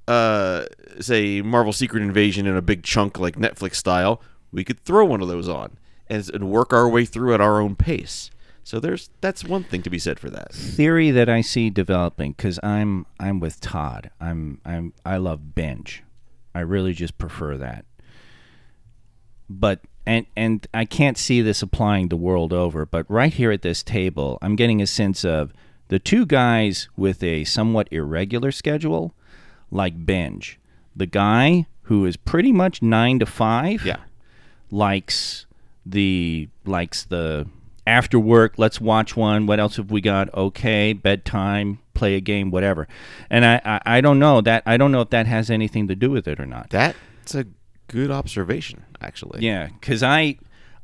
S4: uh, say, Marvel Secret Invasion in a big chunk like Netflix style, we could throw one of those on and, and work our way through at our own pace. So there's that's one thing to be said for that.
S3: theory that I see developing because I'm I'm with Todd. I'm I'm I love binge. I really just prefer that. But and and I can't see this applying the world over. But right here at this table, I'm getting a sense of the two guys with a somewhat irregular schedule, like binge. The guy who is pretty much nine to five.
S4: Yeah.
S3: likes the likes the after work let's watch one what else have we got okay bedtime play a game whatever and I, I i don't know that i don't know if that has anything to do with it or not
S4: That's a good observation, actually.
S3: yeah because i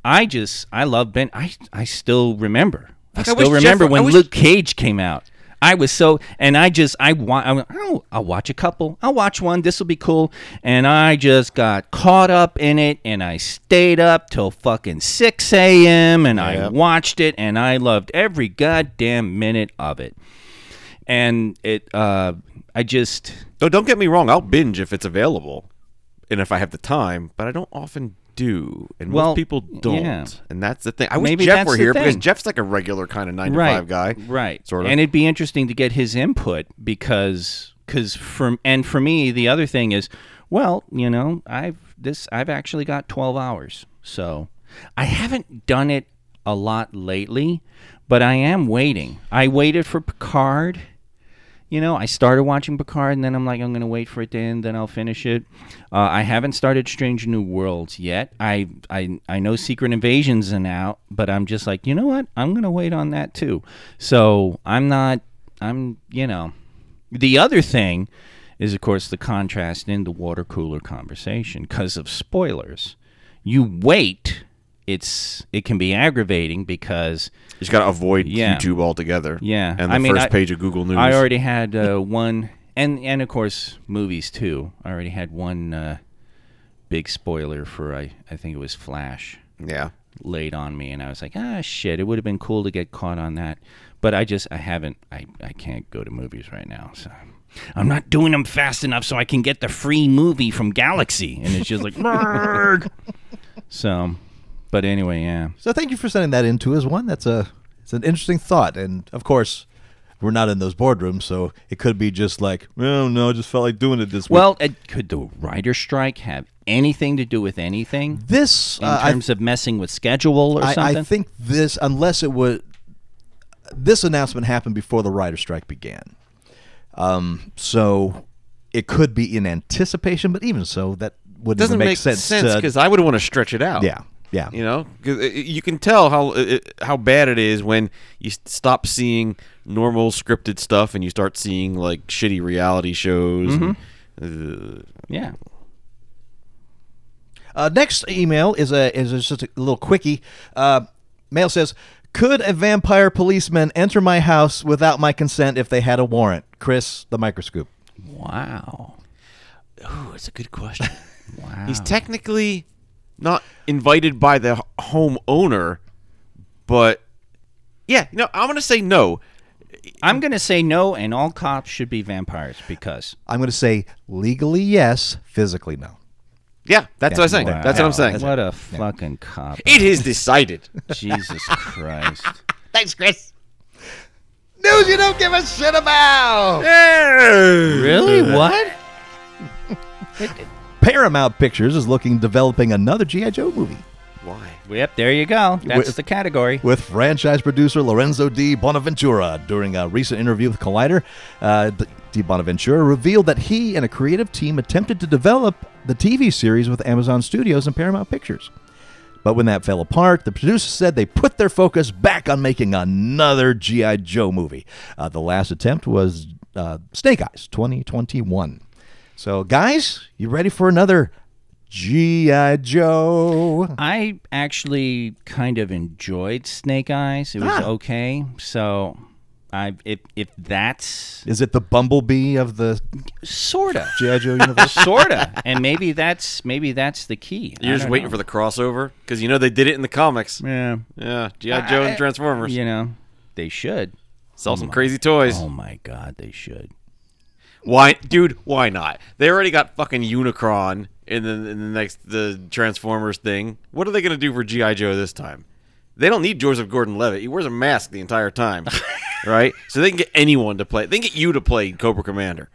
S3: i just i love ben i i still remember i
S4: I
S3: still
S4: wish Jeff
S3: remember
S4: were- I
S3: when
S4: wish-
S3: luke cage came out i was so and i just i want I, oh, i'll watch a couple i'll watch one this will be cool and i just got caught up in it and i stayed up till fucking 6 a.m and i
S4: Yep.
S3: watched it and i loved every goddamn minute of it and it uh i just
S4: No, don't get me wrong. I'll binge if it's available and if I have the time, but I don't often do. And
S3: Well,
S4: most people don't.
S3: yeah.
S4: And that's the thing. I wish
S3: Maybe
S4: Jeff
S3: that's
S4: were
S3: the
S4: here because
S3: thing.
S4: Jeff's like a regular kind of 9 to 5 guy.
S3: Right.
S4: Sort of.
S3: And it'd be interesting to get his input because cause for and for me the other thing is, well, you know, I've this I've actually got 12 hours. So, I haven't done it a lot lately, but I am waiting. I waited for Picard. You know, I started watching Picard and then I'm like I'm going to wait for it to end then I'll finish it. Uh, I haven't started Strange New Worlds yet. I I I know Secret Invasions and out, but I'm just like, you know what? I'm going to wait on that too. So, I'm not I'm, you know, the other thing is, of course, the contrast in the water cooler conversation because of spoilers. You wait; it's it can be aggravating because
S4: You just got to avoid
S3: Yeah.
S4: YouTube altogether.
S3: yeah,
S4: And the
S3: I mean,
S4: first
S3: I-
S4: page of Google News.
S3: I already had uh, one, and and of course movies too. I already had one uh, big spoiler for I I think it was Flash
S4: Yeah.
S3: laid on me, and I was like, ah, shit, it would have been cool to get caught on that, but I just I haven't I I can't go to movies right now, so. I'm not doing them fast enough so I can get the free movie from Galaxy, and it's just like, "Brrrr." so. But anyway, yeah.
S2: So thank you for sending that in to us. One, that's a it's an interesting thought, and of course, we're not in those boardrooms, so it could be just like, oh no, I just felt like doing it this week.
S3: Well, it, could the writer strike have anything to do with anything?
S2: this
S3: in
S2: uh, I-
S3: terms of messing with schedule or
S2: I,
S3: something?
S2: I think this, unless it would, this announcement happened before the writer strike began. Um, so it could be in anticipation, but even so, that wouldn't
S4: doesn't
S2: even make,
S4: make sense
S2: to-
S4: because I would want to stretch it out.
S2: yeah, yeah,
S4: You know, 'Cause, uh, you can tell how uh, uh, how bad it is when you s- stop seeing normal scripted stuff and you start seeing like shitty reality shows.
S3: Mm-hmm.
S4: and, uh,
S3: yeah.
S2: Uh, next email is a is just a little quickie. Uh, mail says, "Could a vampire policeman enter my house without my consent if they had a warrant?" Chris, the microscope.
S3: Wow.
S4: oh, it's a good question.
S3: Wow.
S4: He's technically not invited by the home owner, but yeah, no, I'm gonna say no.
S3: I'm going to say no, and all cops should be vampires because
S2: I'm going to say legally yes, physically no.
S4: Yeah, that's what I'm saying.
S3: Wow.
S4: That's what I'm saying.
S3: uh, What a fucking cop!
S4: It is decided.
S3: Jesus Christ!
S2: News you don't give a shit about.
S3: Really? What?
S2: Paramount Pictures is looking developing another GI Joe movie
S4: Why?
S3: Yep. There you go. That's
S2: With-
S3: the category.
S2: with franchise producer Lorenzo D. Bonaventura. During a recent interview with Collider, uh, D- D. Bonaventura revealed that he and a creative team attempted to develop the TV series with Amazon Studios and Paramount Pictures. But when that fell apart, the producers said they put their focus back on making another G.I. Joe movie. Uh, the last attempt was uh, Snake Eyes 2021. So, guys, you ready for another G.I. Joe?
S3: I actually kind of enjoyed Snake Eyes. It was
S2: Ah.
S3: okay. So, I if if that's
S2: Is it the bumblebee of the
S3: sorta,
S2: G.I. Joe universe?
S3: sorta, and maybe that's maybe that's the key.
S4: You're just waiting for the crossover because you know they did it in the comics.
S3: yeah.
S4: Yeah, GI Joe and Transformers
S3: You know, they should.
S4: sell some crazy toys.
S3: Oh my god, they should.
S4: Why, dude? Why not? They already got fucking Unicron in the in the next the Transformers thing. What are they gonna do for GI Joe this time? They don't need Joseph Gordon-Levitt. He wears a mask the entire time, right? So they can get anyone to play. They can get you to play Cobra Commander.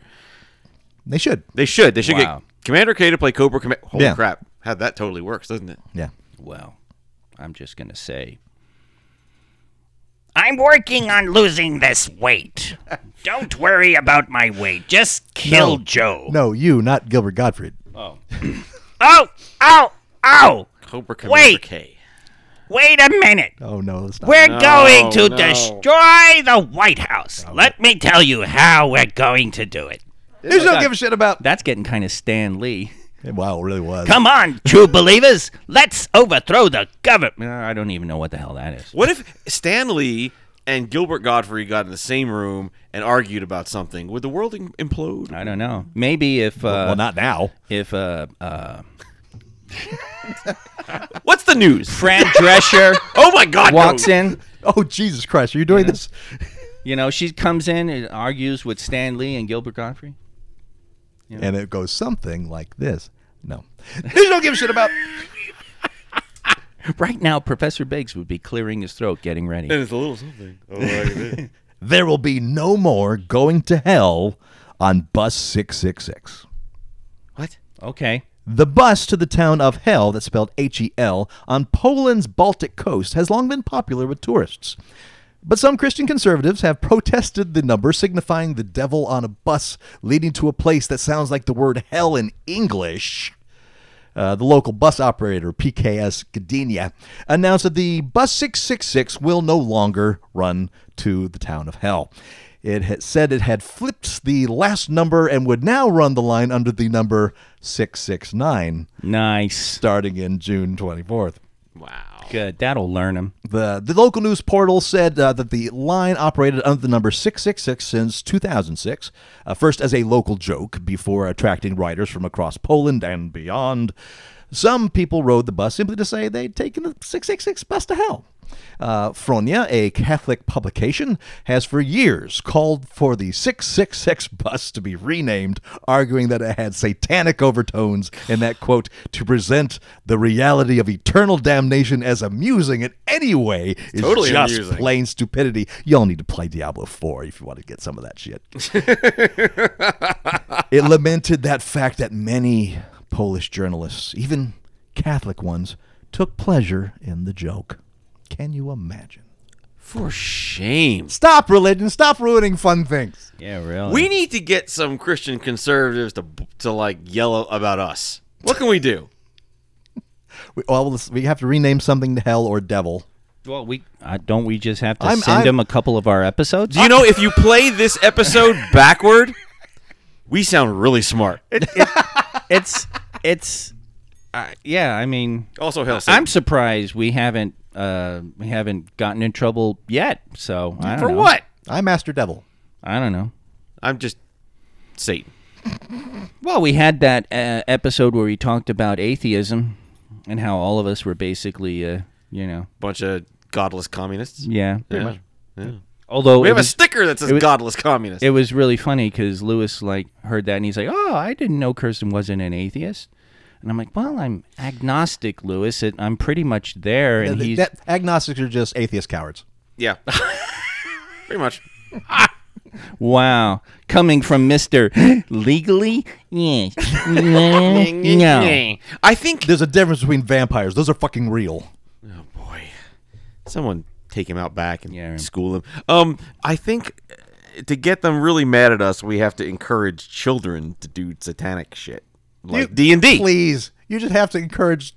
S2: They should.
S4: They should. They should
S3: Wow.
S4: get Commander K to play Cobra Commander. Holy
S2: Yeah.
S4: crap! How that totally works, doesn't it?
S2: Yeah.
S3: Well, I'm just gonna say
S6: I'm working on losing this weight. Don't worry about my weight. Just kill
S2: No.
S6: Joe.
S2: No, you, not Gilbert Gottfried.
S6: Oh, oh, oh.
S4: Cobra Commander
S6: Wait.
S4: K.
S6: Wait a minute.
S2: Oh, no, it's not.
S6: We're going to
S4: no.
S6: destroy the White House. Let me tell you how we're going to do it.
S2: There's no give a shit about.
S3: that's getting kind of Stan Lee.
S2: Wow, it really was.
S6: Come on, true believers. Let's overthrow the government.
S3: Uh, I don't even know what the hell that is.
S4: What if Stan Lee and Gilbert Godfrey got in the same room and argued about something? Would the world im- implode?
S3: I don't know. Maybe if uh,
S2: well, not now.
S3: if uh, uh,
S4: What's the news?
S3: Fran Drescher
S4: Oh my God! no.
S3: walks in.
S2: Oh, Jesus Christ. Are you doing this?
S3: You know, she comes in and argues with Stan Lee and Gilbert Godfrey.
S2: And it goes something like this. No. There's no give a shit about.
S3: Right now, Professor Biggs would be clearing his throat, getting ready.
S4: It's a little something.
S2: There will be no more going to hell on bus 666.
S4: what?
S3: Okay.
S2: The bus to the town of Hell, that's spelled H E L, on Poland's Baltic coast has long been popular with tourists. But some Christian conservatives have protested the number, signifying the devil on a bus leading to a place that sounds like the word hell in English. Uh, the local bus operator, PKS Gdynia, announced that the bus 666 will no longer run to the town of Hell. It had said it had flipped the last number and would now run the line under the number 669,
S3: Nice.
S2: starting in June 24th.
S4: Wow.
S3: Good. That'll learn him.
S2: The, the local news portal said uh, that the line operated under the number 666 since 2006, uh, first as a local joke before attracting riders from across Poland and beyond. Some people rode the bus simply to say they'd taken the 666 bus to hell. Uh, Fronia, a Catholic publication, has for years called for the 666 bus to be renamed, arguing that it had satanic overtones and that, quote, to present the reality of eternal damnation as amusing in any way is
S4: Totally
S2: just
S4: amusing.
S2: plain stupidity. Y'all need to play Diablo 4 if you want to get some of that shit. It lamented that fact that many Polish journalists, even Catholic ones, took pleasure in the joke. Can you imagine?
S4: For shame.
S2: Stop religion. Stop ruining fun things.
S3: Yeah, really.
S4: We need to get some Christian conservatives to to like yell about us. What can we do?
S2: We, well, this- we have to rename something to hell or devil.
S3: well, we uh, don't. We just have to
S2: I'm-
S3: send
S2: I'm-
S3: him a couple of our episodes.
S4: Do you know if you play this episode backward, we sound really smart.
S3: it's it's. Uh, yeah, I mean,
S4: Also, hell,
S3: I'm surprised we haven't uh, we haven't gotten in trouble yet. So I don't
S4: for
S3: know.
S4: what?
S2: I'm Master Devil.
S3: I don't know.
S4: I'm just Satan.
S3: Well, we had that uh, episode where we talked about atheism and how all of us were basically, uh, you know,
S4: Bunch of godless communists.
S3: yeah. Uh,
S4: Yeah.
S3: Although
S4: We
S3: it,
S4: have a
S3: was,
S4: sticker that says
S3: it was-
S4: "Godless Communist."
S3: it was really funny because Lewis like heard that and he's like, "Oh, I didn't know Kirsten wasn't an atheist." And I'm like, "Well, I'm agnostic, Lewis. It, I'm pretty much there." And
S2: Th-
S3: he's
S2: that- agnostics are just atheist cowards.
S4: yeah, pretty much.
S3: wow, coming from Mister legally, yes, no, no.
S4: I think.
S2: There's a difference between vampires. Those are fucking real.
S4: Oh boy, someone take him out back and
S3: Yeah.
S4: school him. Um, I think uh, to get them really mad at us, we have to encourage children to do satanic shit like D and D.
S2: Please, you just have to encourage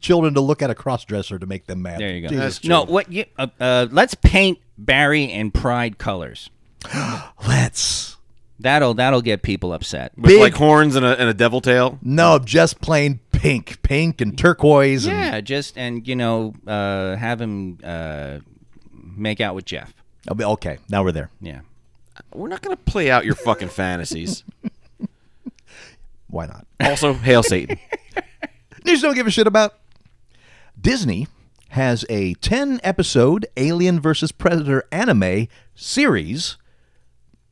S2: children to look at a crossdresser to make them mad.
S3: There you go.
S4: That's
S3: No, what you uh, uh, let's paint Barry and Pride colors.
S2: Let's.
S3: That'll that'll get people upset.
S4: With
S2: Big-
S4: like horns and a, and a devil tail.
S2: No, just plain pink, pink and turquoise. And,
S3: Yeah, Uh, just and you know uh, have him uh, make out with Jeff.
S2: I'll be- okay, now we're there.
S3: Yeah.
S4: We're not going to play out your fucking fantasies.
S2: Why not?
S4: Also, hail Satan.
S2: News don't give a shit about. Disney has a 10 episode Alien vs. Predator anime series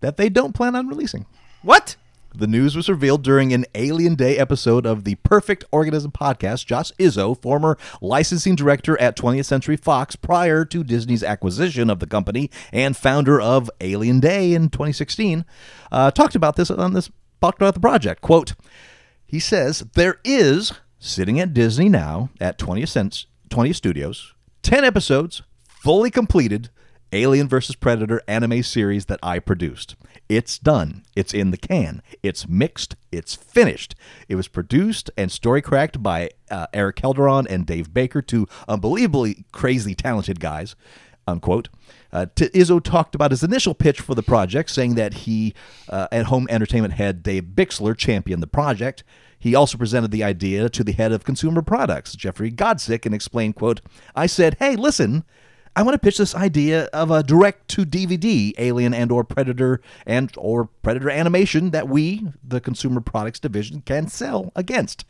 S2: that they don't plan on releasing.
S4: What?
S2: The news was revealed during an Alien Day episode of the Perfect Organism podcast. Josh Izzo, former licensing director at 20th Century Fox prior to Disney's acquisition of the company and founder of Alien Day in 2016, uh, talked about this on this talked about the project. Quote: He says there is sitting at Disney now at 20th Cent- 20th Studios, 10 episodes fully completed Alien vs. Predator anime series that I produced. It's done. It's in the can. It's mixed. It's finished. It was produced and story cracked by uh, Eric Helderon and Dave Baker, two unbelievably crazy talented guys. Unquote. Uh, T- Izzo talked about his initial pitch for the project, saying that he, uh, at home entertainment head Dave Bixler, championed the project. He also presented the idea to the head of consumer products, Jeffrey Godsick, and explained, quote, I said, hey, listen, I want to pitch this idea of a direct-to-DVD Alien and or Predator and or Predator animation that we, the consumer products division, can sell against.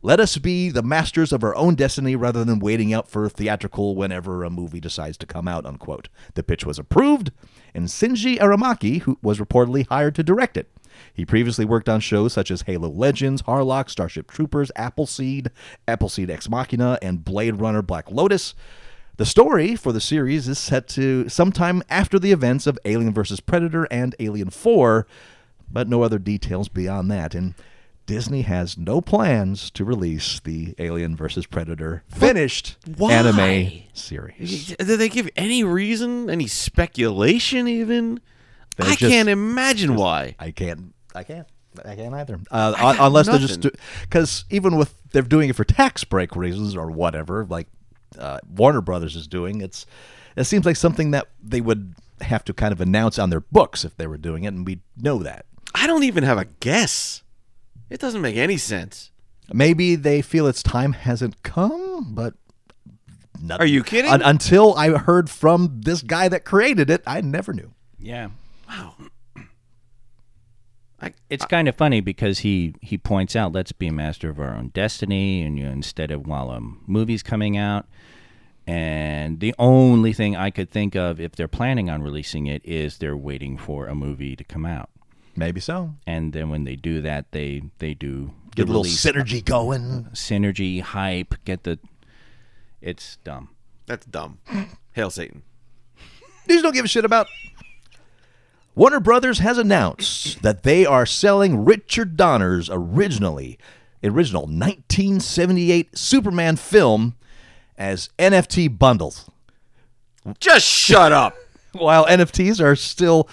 S2: Let us be the masters of our own destiny rather than waiting out for theatrical whenever a movie decides to come out, unquote. The pitch was approved, and Shinji Aramaki who was reportedly hired to direct it. He previously worked on shows such as Halo Legends, Harlock, Starship Troopers, Appleseed, Appleseed Ex Machina, and Blade Runner Black Lotus. The story for the series is set to sometime after the events of Alien vs. Predator and Alien 4, but no other details beyond that. And Disney has no plans to release the Alien vs. Predator finished
S4: Why?
S2: anime series.
S4: Did they give any reason, any speculation even? I
S2: just-
S4: can't imagine why.
S2: I can't. I can't. I can't either. Uh, un- unless they're just
S4: nothing.
S2: because even with they're doing it for tax break reasons or whatever, like uh, Warner Brothers is doing. It's it seems like something that they would have to kind of announce on their books if they were doing it, and we know that.
S4: I don't even have a guess. It doesn't make any sense.
S2: Maybe they feel its time hasn't come, but. not-
S4: Are you kidding?
S2: un- until I heard from this guy that created it, I never knew.
S3: Yeah.
S4: Wow.
S3: It's kind of funny because he he points out let's be a master of our own destiny and you know, instead of while a movie's coming out and the only thing I could think of if they're planning on releasing it is they're waiting for a movie to come out.
S2: Maybe so.
S3: And then when they do that they they do
S2: Get a
S3: the
S2: little
S3: release
S2: synergy going.
S3: synergy hype, get the it's dumb.
S4: That's dumb. Hail Satan.
S2: These don't give a shit about. Warner Brothers has announced that they are selling Richard Donner's originally original 1978 Superman film as NFT bundles.
S4: Just shut up.
S2: While NFTs are still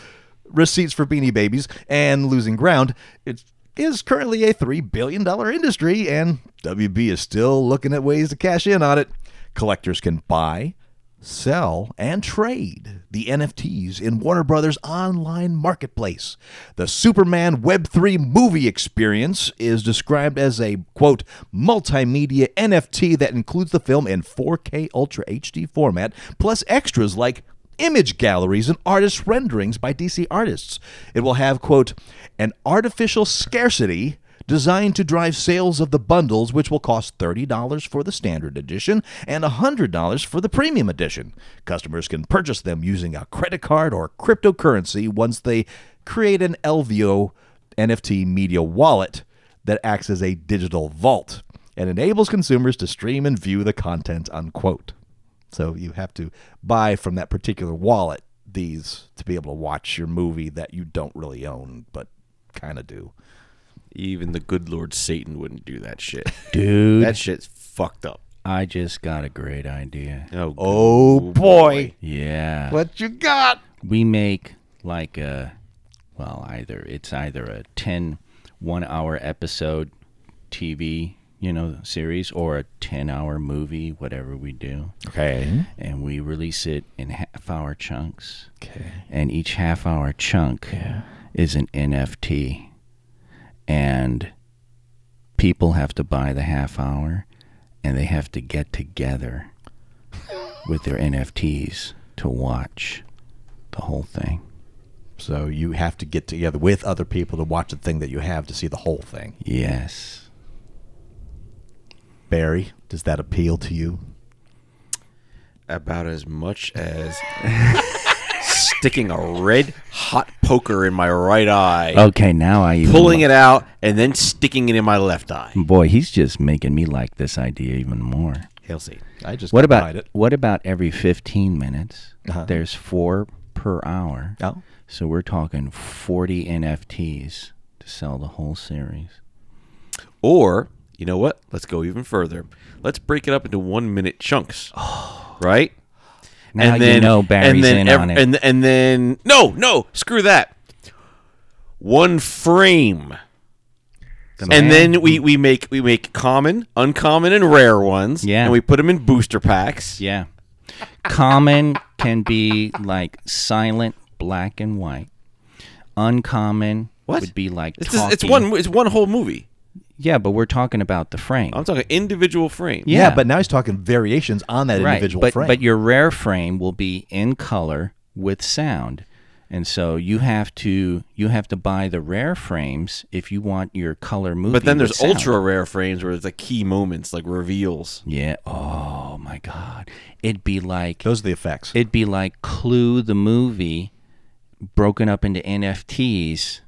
S2: receipts for Beanie Babies and losing ground, it is currently a $3 billion industry, and WB is still looking at ways to cash in on it. Collectors can buy, sell, and trade the NFTs in Warner Brothers' online marketplace. The Superman Web3 movie experience is described as a, quote, multimedia NFT that includes the film in 4K Ultra HD format, plus extras like image galleries and artist renderings by DC artists. It will have, quote, an artificial scarcity designed to drive sales of the bundles, which will cost $30 for the standard edition and $100 for the premium edition. Customers can purchase them using a credit card or cryptocurrency once they create an LVO NFT media wallet that acts as a digital vault and enables consumers to stream and view the content, unquote. So you have to buy from that particular wallet these to be able to watch your movie that you don't really own but kind of do.
S4: Even the good Lord Satan wouldn't do that shit.
S3: Dude,
S4: that shit's fucked up.
S3: I just got a great idea.
S4: Oh,
S2: Oh boy,
S3: Yeah.
S2: what you got?
S3: we make like a well either it's either a 10 one hour episode tv you know, series or a 10 hour movie, whatever we do.
S2: Okay.
S3: And we release it in half hour chunks.
S2: Okay.
S3: And each half hour chunk is an NFT. And people have to buy the half hour and they have to get together with their NFTs to watch the whole thing.
S2: So you have to get together with other people to watch the thing that you have to see the whole thing.
S3: Yes.
S2: Barry, does that appeal to you?
S4: About as much as sticking a red hot poker in my right eye,
S3: Okay, now I even
S4: pulling it out, and then sticking it in my left eye.
S3: Boy, he's just making me like this idea even more.
S4: He'll see.
S2: I just
S3: What
S2: couldn't
S3: about
S2: hide it?
S3: what about every 15 minutes?
S2: Uh-huh.
S3: There's 4 per hour.
S2: Oh.
S3: So we're talking 40 NFTs to sell the whole series.
S4: Or you know what? Let's go even further. Let's break it up into one minute chunks. Right?
S3: Now you know Barry's
S4: and then
S3: in
S4: ev-
S3: on it.
S4: And, and then no, no, screw that. One frame. and then we, we make we make common, uncommon, and rare ones.
S3: Yeah.
S4: And we put them in booster packs.
S3: yeah. Common can be like silent black and white. Uncommon
S4: What?
S3: would be like
S4: It's, just- it's
S3: talkie.
S4: one it's one whole movie.
S3: Yeah, but we're talking about the frame.
S4: I'm talking individual frame.
S2: Yeah,
S3: Yeah.
S2: but now he's talking variations on that individual
S3: but,
S2: frame.
S3: But your rare frame will be in color with sound. And so you have to you have to buy the rare frames if you want your color movie.
S4: But then
S3: with
S4: there's
S3: sound.
S4: ultra rare frames where it's like key moments, like reveals.
S3: Yeah. Oh my God. It'd be like
S2: Those are the effects.
S3: it'd be like Clue the movie, broken up into NFTs.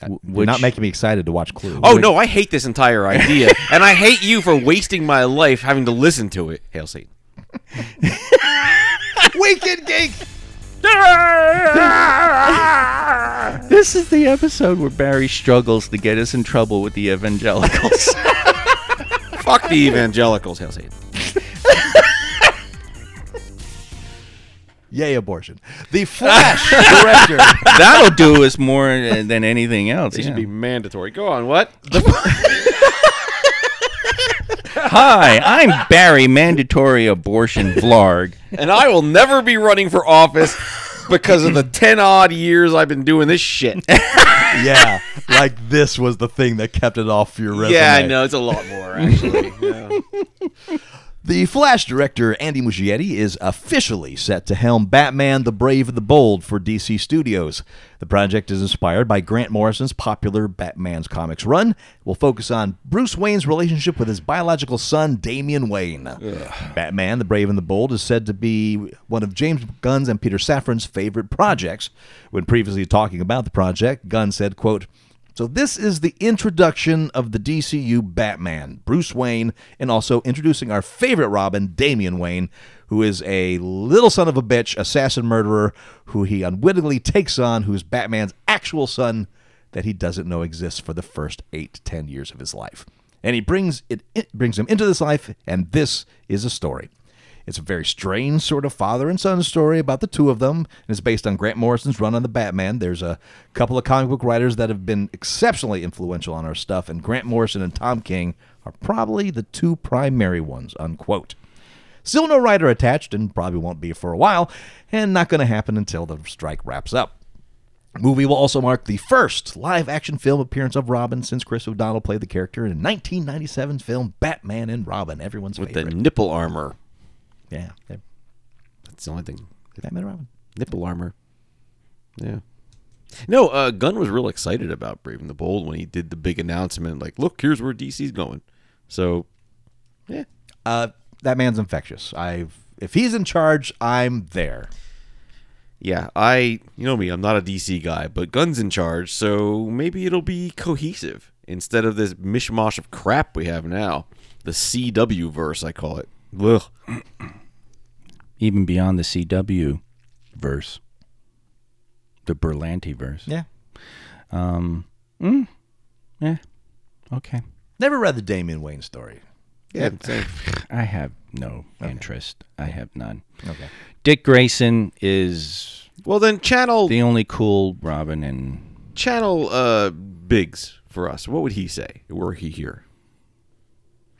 S3: w-
S2: You're
S3: Which,
S2: not making me excited to watch Clue.
S4: Oh no, I hate this entire idea, and I hate you for wasting my life having to listen to it. Hail Satan.
S2: Weekend Geek!
S3: this is the episode where Barry struggles to get us in trouble with the evangelicals.
S4: Fuck the evangelicals. Hail Satan.
S2: Yay, abortion. The Flash director.
S3: That'll do us more than than anything else.
S4: It
S3: yeah.
S4: should be mandatory. Go on. What?
S3: Hi, I'm Barry Mandatory Abortion Vlog.
S4: and I will never be running for office because of the ten odd years I've been doing this shit.
S2: yeah, like this was the thing that kept it off your resume.
S4: yeah, I know it's a lot more actually. Yeah.
S2: The Flash director Andy Muschietti is officially set to helm Batman: The Brave and the Bold for DC Studios. The project is inspired by Grant Morrison's popular Batman's comics run. It will focus on Bruce Wayne's relationship with his biological son Damian Wayne. Batman: The Brave and the Bold is said to be one of James Gunn's and Peter Safran's favorite projects. When previously talking about the project, Gunn said, "quote." So this is the introduction of the DCU Batman, Bruce Wayne, and also introducing our favorite Robin, Damian Wayne, who is a little son of a bitch, assassin murderer, who he unwittingly takes on, who's Batman's actual son that he doesn't know exists for the first eight to ten years of his life. And he brings it, it brings him into this life, and this is a story. It's a very strange sort of father and son story about the two of them, and it's based on Grant Morrison's run on the Batman. There's a couple of comic book writers that have been exceptionally influential on our stuff, and Grant Morrison and Tom King are probably the two primary ones, unquote. Still no writer attached, and probably won't be for a while, and not going to happen until the strike wraps up movie will also mark the first live action film appearance of Robin since Chris O'Donnell played the character in 1997's film Batman and Robin, everyone's
S4: With the
S2: favorite.
S4: nipple armor.
S2: yeah, yeah,
S4: That's the only thing.
S2: Batman and Robin.
S4: Nipple armor. Yeah. No, uh, Gunn was real excited about Brave and the Bold when he did the big announcement. Like, look, here's where DC's going. So, yeah.
S2: Uh, that man's infectious. I've if he's in charge, I'm there.
S4: Yeah, I you know me, I'm not a DC guy, but Gunn's in charge, so maybe it'll be cohesive instead of this mishmash of crap we have now. The CW verse, I call it. Ugh.
S3: Even beyond the CW verse, the Berlanti verse.
S2: Yeah.
S3: Um, mm, yeah. Okay.
S2: Never read the Damian Wayne story.
S4: Yeah, same.
S3: I have no interest. I have none.
S2: Okay.
S3: Dick Grayson is
S4: Well then channel
S3: the only cool Robin, and
S4: channel uh Biggs for us. What would he say were he here?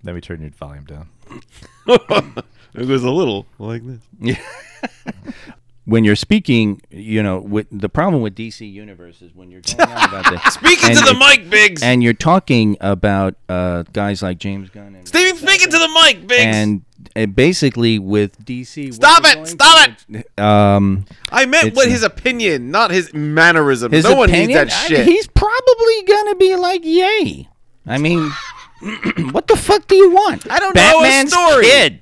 S2: Let me turn your volume down.
S4: It was a little like this.
S3: when you're speaking, you know, with the problem with DC Universe is when you're going on about this.
S4: Speaking
S3: and
S4: to the
S3: it-
S4: mic, Biggs.
S3: and you're talking about uh, guys like James Gunn and
S4: Steven, speaking to the mic, Biggs.
S3: and, and basically with DC. what
S4: Stop
S3: we're
S4: it!
S3: going
S4: Stop
S3: for- Um,
S4: I meant
S3: it's
S4: what
S3: a-
S4: his opinion, not his mannerism.
S3: his
S4: no one
S3: opinion,
S4: needs that
S3: I-
S4: shit.
S3: he's probably gonna be like, "Yay!" I mean, what the fuck do you want?
S4: I don't know his
S3: Batman's
S4: story.
S3: Kid.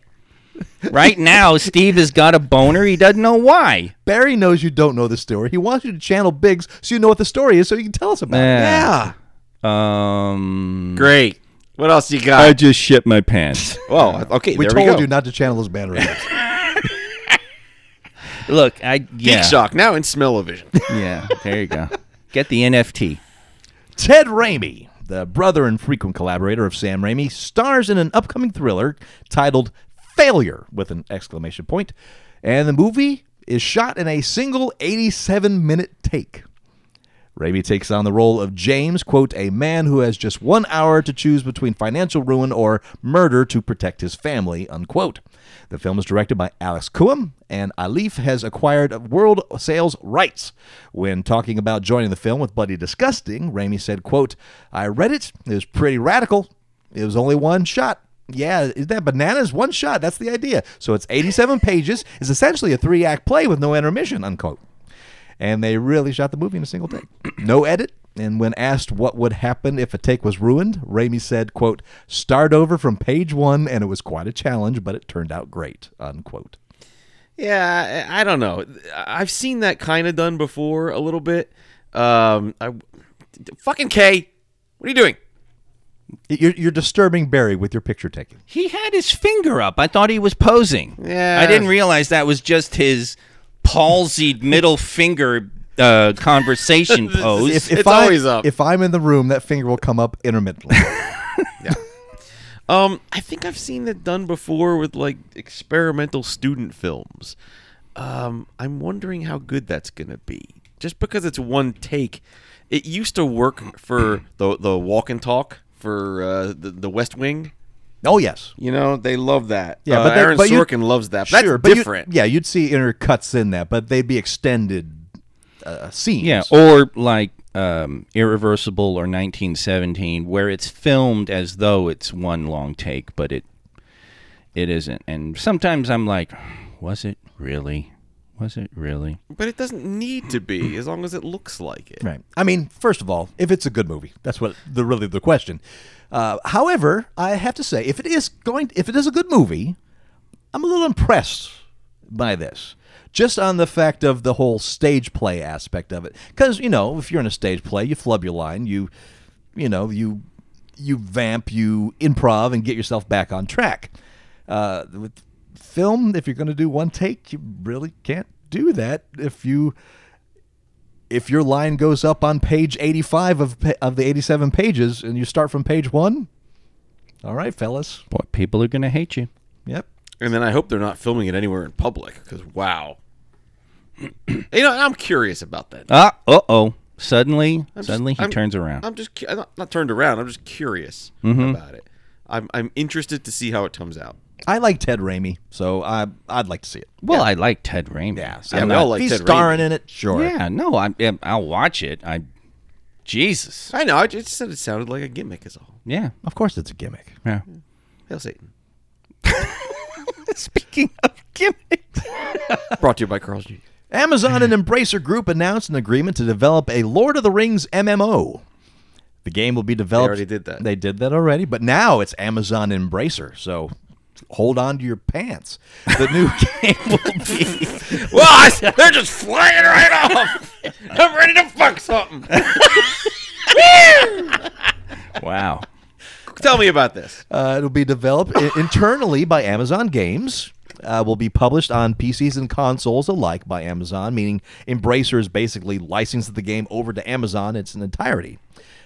S3: Right now, Steve has got a boner. He doesn't know why.
S2: Barry knows you don't know the story. He wants you to channel Biggs so you know what the story is so you can tell us about
S4: yeah.
S3: Um.
S4: Great. What else you got?
S3: just shit my pants.
S4: oh, okay.
S2: it. We
S4: there
S2: told
S4: we go.
S2: you not to channel those mannerisms.
S3: Look, I
S4: Geek
S3: yeah,
S4: Shock now in Smell-O-Vision.
S3: yeah. There you go. Get the NFT.
S2: Ted Raimi, the brother and frequent collaborator of Sam Raimi, stars in an upcoming thriller titled Failure with an exclamation point, and the movie is shot in a single 87-minute take. Raimi takes on the role of James, quote, a man who has just one hour to choose between financial ruin or murder to protect his family, unquote. The film is directed by Alex Kuhm, and Alif has acquired world sales rights. When talking about joining the film with Buddy Disgusting, Raimi said, quote, I read it. It was pretty radical. It was only one shot. Yeah, is that bananas? One shot. That's the idea. So it's 87 pages. It's essentially a three act play with no intermission, unquote and they really shot the movie in a single take. No edit. And when asked what would happen if a take was ruined, Raimi said, quote, start over from page one, and it was quite a challenge, but it turned out great, unquote.
S4: Yeah, I I don't know. I've seen that kind of done before a little bit. Um, I, fucking K, what are you doing?
S2: You're, you're disturbing Barry with your picture taking.
S3: He had his finger up. I thought he was posing.
S4: Yeah.
S3: I didn't realize that was just his palsied middle finger uh, conversation pose.
S4: It's
S2: I,
S4: always up.
S2: If I'm in the room, that finger will come up intermittently.
S4: Um, I think I've seen that done before with like experimental student films. Um, I'm wondering how good that's gonna be. Just because it's one take, it used to work for the the walk and talk for uh, the, the West Wing.
S2: oh, yes.
S4: You know, they love that.
S2: Yeah,
S4: Uh,
S2: but that-
S4: Aaron
S2: but you-
S4: Sorkin loves that. But that's
S2: but you-
S4: different.
S2: yeah, you'd see inner cuts in that, but they'd be extended uh, scenes.
S3: yeah, or like um, Irreversible or 1917, where it's filmed as though it's one long take, but it it isn't. And sometimes I'm like, was it really? Was it really?
S4: But it doesn't need to be as long as it looks like it.
S2: Right. I mean, first of all, if it's a good movie, that's what the really the question. Uh, however, I have to say, if it is going, if it is a good movie, I'm a little impressed by this, just on the fact of the whole stage play aspect of it. Because you know, if you're in a stage play, you flub your line, you, you know, you, you vamp, you improv, and get yourself back on track. Uh, with film, if you're going to do one take, you really can't do that if you if your line goes up on page 85 of pa- of the 87 pages and you start from page 1 all right fellas
S3: Boy, people are going to hate you.
S2: yep
S4: And then I hope they're not filming it anywhere in public because wow. you know, I'm curious about that.
S3: Ah, uh oh. Suddenly,
S4: I'm just-
S3: suddenly he
S4: I'm-
S3: turns around.
S4: I'm just cu- I'm not, not turned around. I'm just curious
S2: Mm-hmm.
S4: about it. I'm I'm interested to see how it comes out.
S2: i like ted raimi so i i'd like to see it
S3: well, I like Ted Raimi.
S2: yeah,
S4: yeah,
S2: I'm
S4: we
S2: not-
S4: all like
S2: if he's
S4: Ted
S2: starring in it sure
S3: Yeah, no, I, I- I'll watch it. I, Jesus,
S4: I know. I just said it sounded like a gimmick. Is all.
S3: yeah,
S2: of course it's a gimmick
S3: yeah.
S4: Hail Satan.
S3: Speaking of gimmicks,
S4: Brought to you by Carl's Jr.
S2: Amazon and Embracer Group announced an agreement to develop a Lord of the Rings MMO. The game will be developed.
S4: already did that.
S2: They did that already, but now it's Amazon Embracer. So hold on to your pants. The new game will be.
S4: Well, I, they're just flying right off. I'm ready to fuck something.
S3: wow.
S4: Tell me about this.
S2: Uh, it'll be developed i- internally by Amazon Games. Uh, will be published on PCs and consoles alike by Amazon, meaning Embracer is basically licensed the game over to Amazon in its entirety.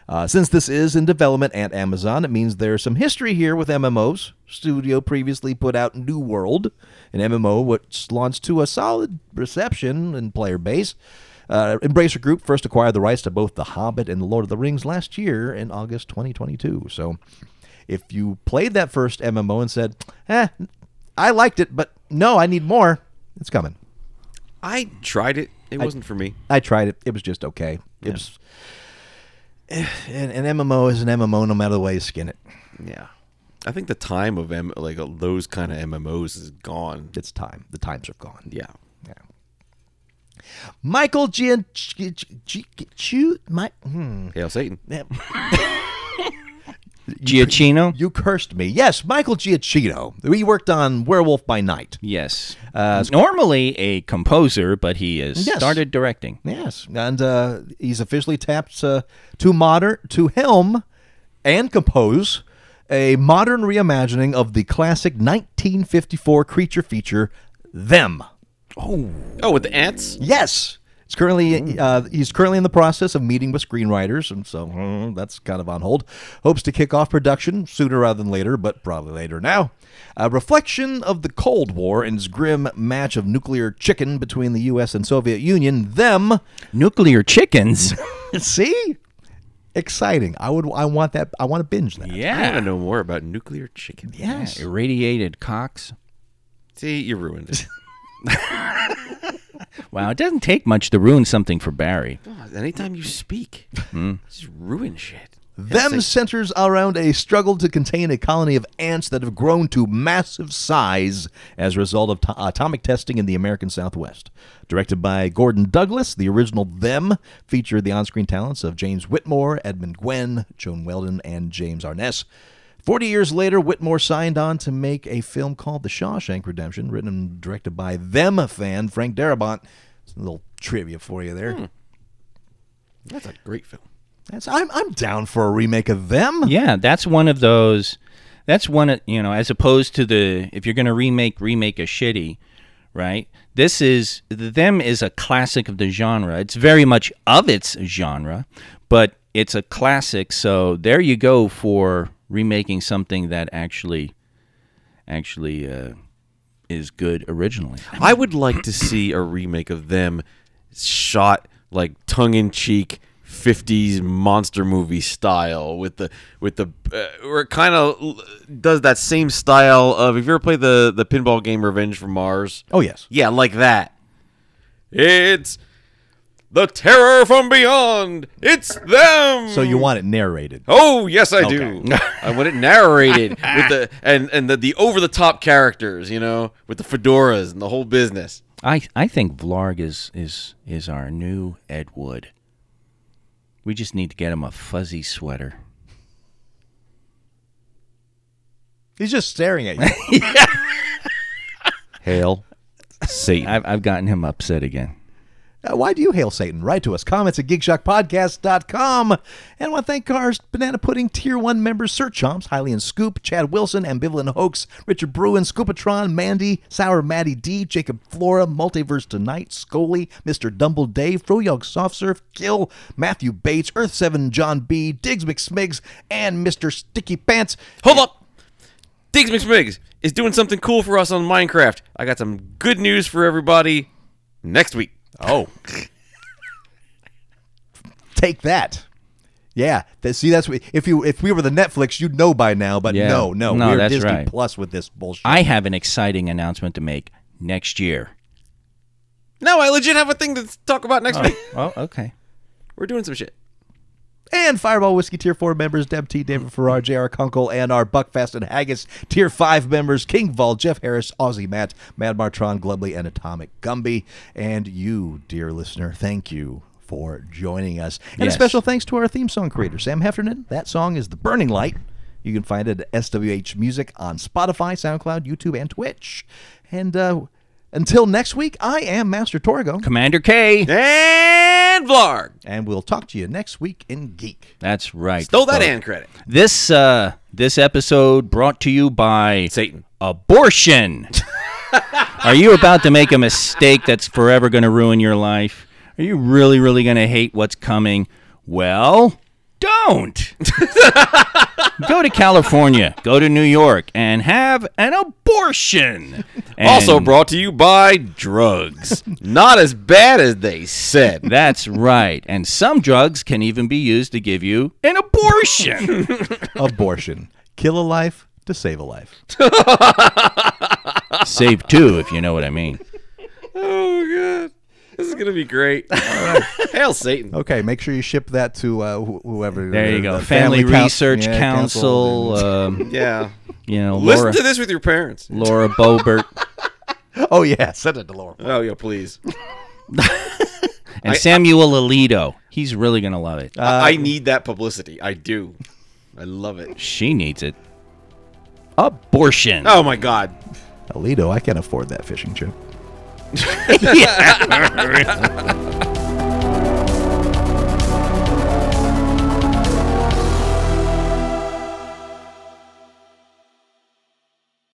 S2: Uh, since this is in development at Amazon, it means there's some history here with MMOs. Studio previously put out New World, an MMO which launched to a solid reception and player base. Uh, Embracer Group first acquired the rights to both The Hobbit and The Lord of the Rings last year in August 2022. So If you played that first MMO and said, eh, I liked it, but no, I need more, it's coming.
S4: I tried it. It wasn't for me.
S2: I tried it. It was just okay. It was. eh, An, an MMO is an MMO no matter the way you skin it.
S4: Yeah. I think the time of M- like uh, those kind of MMOs is gone.
S2: It's time. The times are gone.
S4: Yeah.
S2: Michael Gian. G- G- G- Chu- my, hmm.
S4: Mm. Hail Satan.
S2: Yeah,
S3: Giacchino?
S2: You cursed me. Yes, Michael Giacchino. We worked on Werewolf by Night.
S3: Yes. Normally a composer, but he has
S2: Yes.
S3: started directing.
S2: Yes, and uh, he's officially tapped uh, to modern to helm and compose a modern reimagining of the classic 1954 creature feature Them.
S4: Oh, with the ants?
S2: Yes, it's currently uh, he's currently in the process of meeting with screenwriters, and so mm, that's kind of on hold. Hopes to kick off production sooner rather than later, but probably later now. A reflection of the Cold War and its grim match of nuclear chicken between the U.S. and Soviet Union. Them.
S3: Nuclear chickens?
S2: See, exciting. I would. I want that. I want to binge that.
S4: I want to
S3: yeah.
S4: know more about nuclear chicken.
S2: Yes.
S3: Irradiated cocks.
S4: See, you ruined it.
S3: Wow, it doesn't take much to ruin something for Barry.
S4: God, anytime you speak, just ruin shit.
S2: Them centers around a struggle to contain a colony of ants that have grown to massive size as a result of to- atomic testing in the American Southwest. Directed by Gordon Douglas, the original Them featured the on screen talents of James Whitmore, Edmund Gwen, Joan Weldon, and James Arness. 40 years later, Whitmore signed on to make a film called The Shawshank Redemption, written and directed by Them fan Frank Darabont. It's a little trivia for you there.
S4: That's a great film.
S2: That's, I'm, I'm down for a remake of Them.
S3: Yeah, that's one of those. That's one of you know, as opposed to the if you're going to remake, remake a shitty, right? This is the them is a classic of the genre. It's very much of its genre, but it's a classic. So there you go for remaking something that actually, actually uh, is good originally.
S4: I would like to see a remake of them shot like tongue in cheek 50s monster movie style with the with the uh, or kind of does that same style of if you ever play the the pinball game Revenge from Mars.
S2: Oh, yes.
S4: Yeah, like that. It's the terror from beyond. It's them.
S2: So you want it narrated.
S4: Oh yes, I do. I want it narrated with the and and the, the over the top characters, you know, with the fedoras and the whole business.
S3: I I think Vlarg is is is our new Ed Wood. We just need to get him a fuzzy sweater.
S2: He's just staring at you. Hail.
S4: Satan.
S3: I've, I've gotten him upset again.
S2: Uh, why do you hail Satan? Write to us. Comments at gigshockpodcast.com. And I want to thank our Banana Pudding Tier 1 members, Sir Chomps, Highly and Scoop, Chad Wilson, Ambivalent Hoax, Richard Bruin, Scoopatron, Mandy, Sour Maddie D, Jacob Flora, Multiverse Tonight, Scully, Mr. Dumble Dave, Froyog Soft Surf, Gil, Matthew Bates, Earth 7, John B, Diggs McSmigs, and Mr. Sticky Pants.
S4: Hold up. Diggs McSmigs is doing something cool for us on Minecraft. I got some good news for everybody next week.
S2: Oh. Take that. Yeah. That, see, that's what, if you if we were the Netflix, you'd know by now. But
S3: Yeah.
S2: no, no,
S3: No,
S2: we're
S3: that's
S2: Disney
S3: right.
S2: Plus with this bullshit.
S3: I have an exciting announcement to make next year.
S4: No, I legit have a thing to talk about next week.
S3: Oh, okay.
S4: We're doing some shit.
S2: and Fireball Whiskey Tier Four members Deb T, David Farrar, J.R. Kunkel, and our Buckfast and Haggis Tier Five members King Vol, Jeff Harris, Aussie Matt, Mad Martron, Glubly, and Atomic Gumby. And you, dear listener, thank you. For joining us. And a
S3: Yes.
S2: special thanks to our theme song creator, Sam Heffernan. That song is The Burning Light. You can find it at SWH Music on Spotify, SoundCloud, YouTube, and Twitch. And uh, until next week, I am Master Torgo,
S3: Commander K.
S4: And Vlarg.
S2: and we'll talk to you next week in Geek.
S3: That's right.
S4: Stole that
S3: folks.
S4: and credit.
S3: This uh this episode brought to you by
S4: Satan.
S3: abortion. Are you about to make a mistake that's forever going to ruin your life? Are you really, really going to hate what's coming? Well, don't. Go to California, go to New York, and have an abortion. And
S4: also brought to you by drugs. Not as bad as they said.
S3: That's right. And some drugs can even be used to give you an abortion.
S2: Abortion. Kill a life to save a life.
S3: Save two, if you know what I mean.
S4: Oh god, this is gonna be great. Hail Satan!
S2: Okay, make sure you ship that to uh, wh- whoever.
S3: There you go.
S2: the
S3: Family,
S2: Coun-
S3: Research
S2: yeah,
S3: Council.
S2: and-
S3: um,
S4: Yeah,
S3: you know,
S4: listen
S3: Laura,
S4: to this with your parents.
S3: Laura Bobert uh,
S2: oh yeah, send it to Laura.
S4: Oh yeah, please.
S3: and Samuel Alito. He's really gonna love it.
S4: I I need that publicity. I do. I love it.
S3: she needs it. Abortion.
S4: Oh my god.
S2: Alito, I can't afford that fishing trip.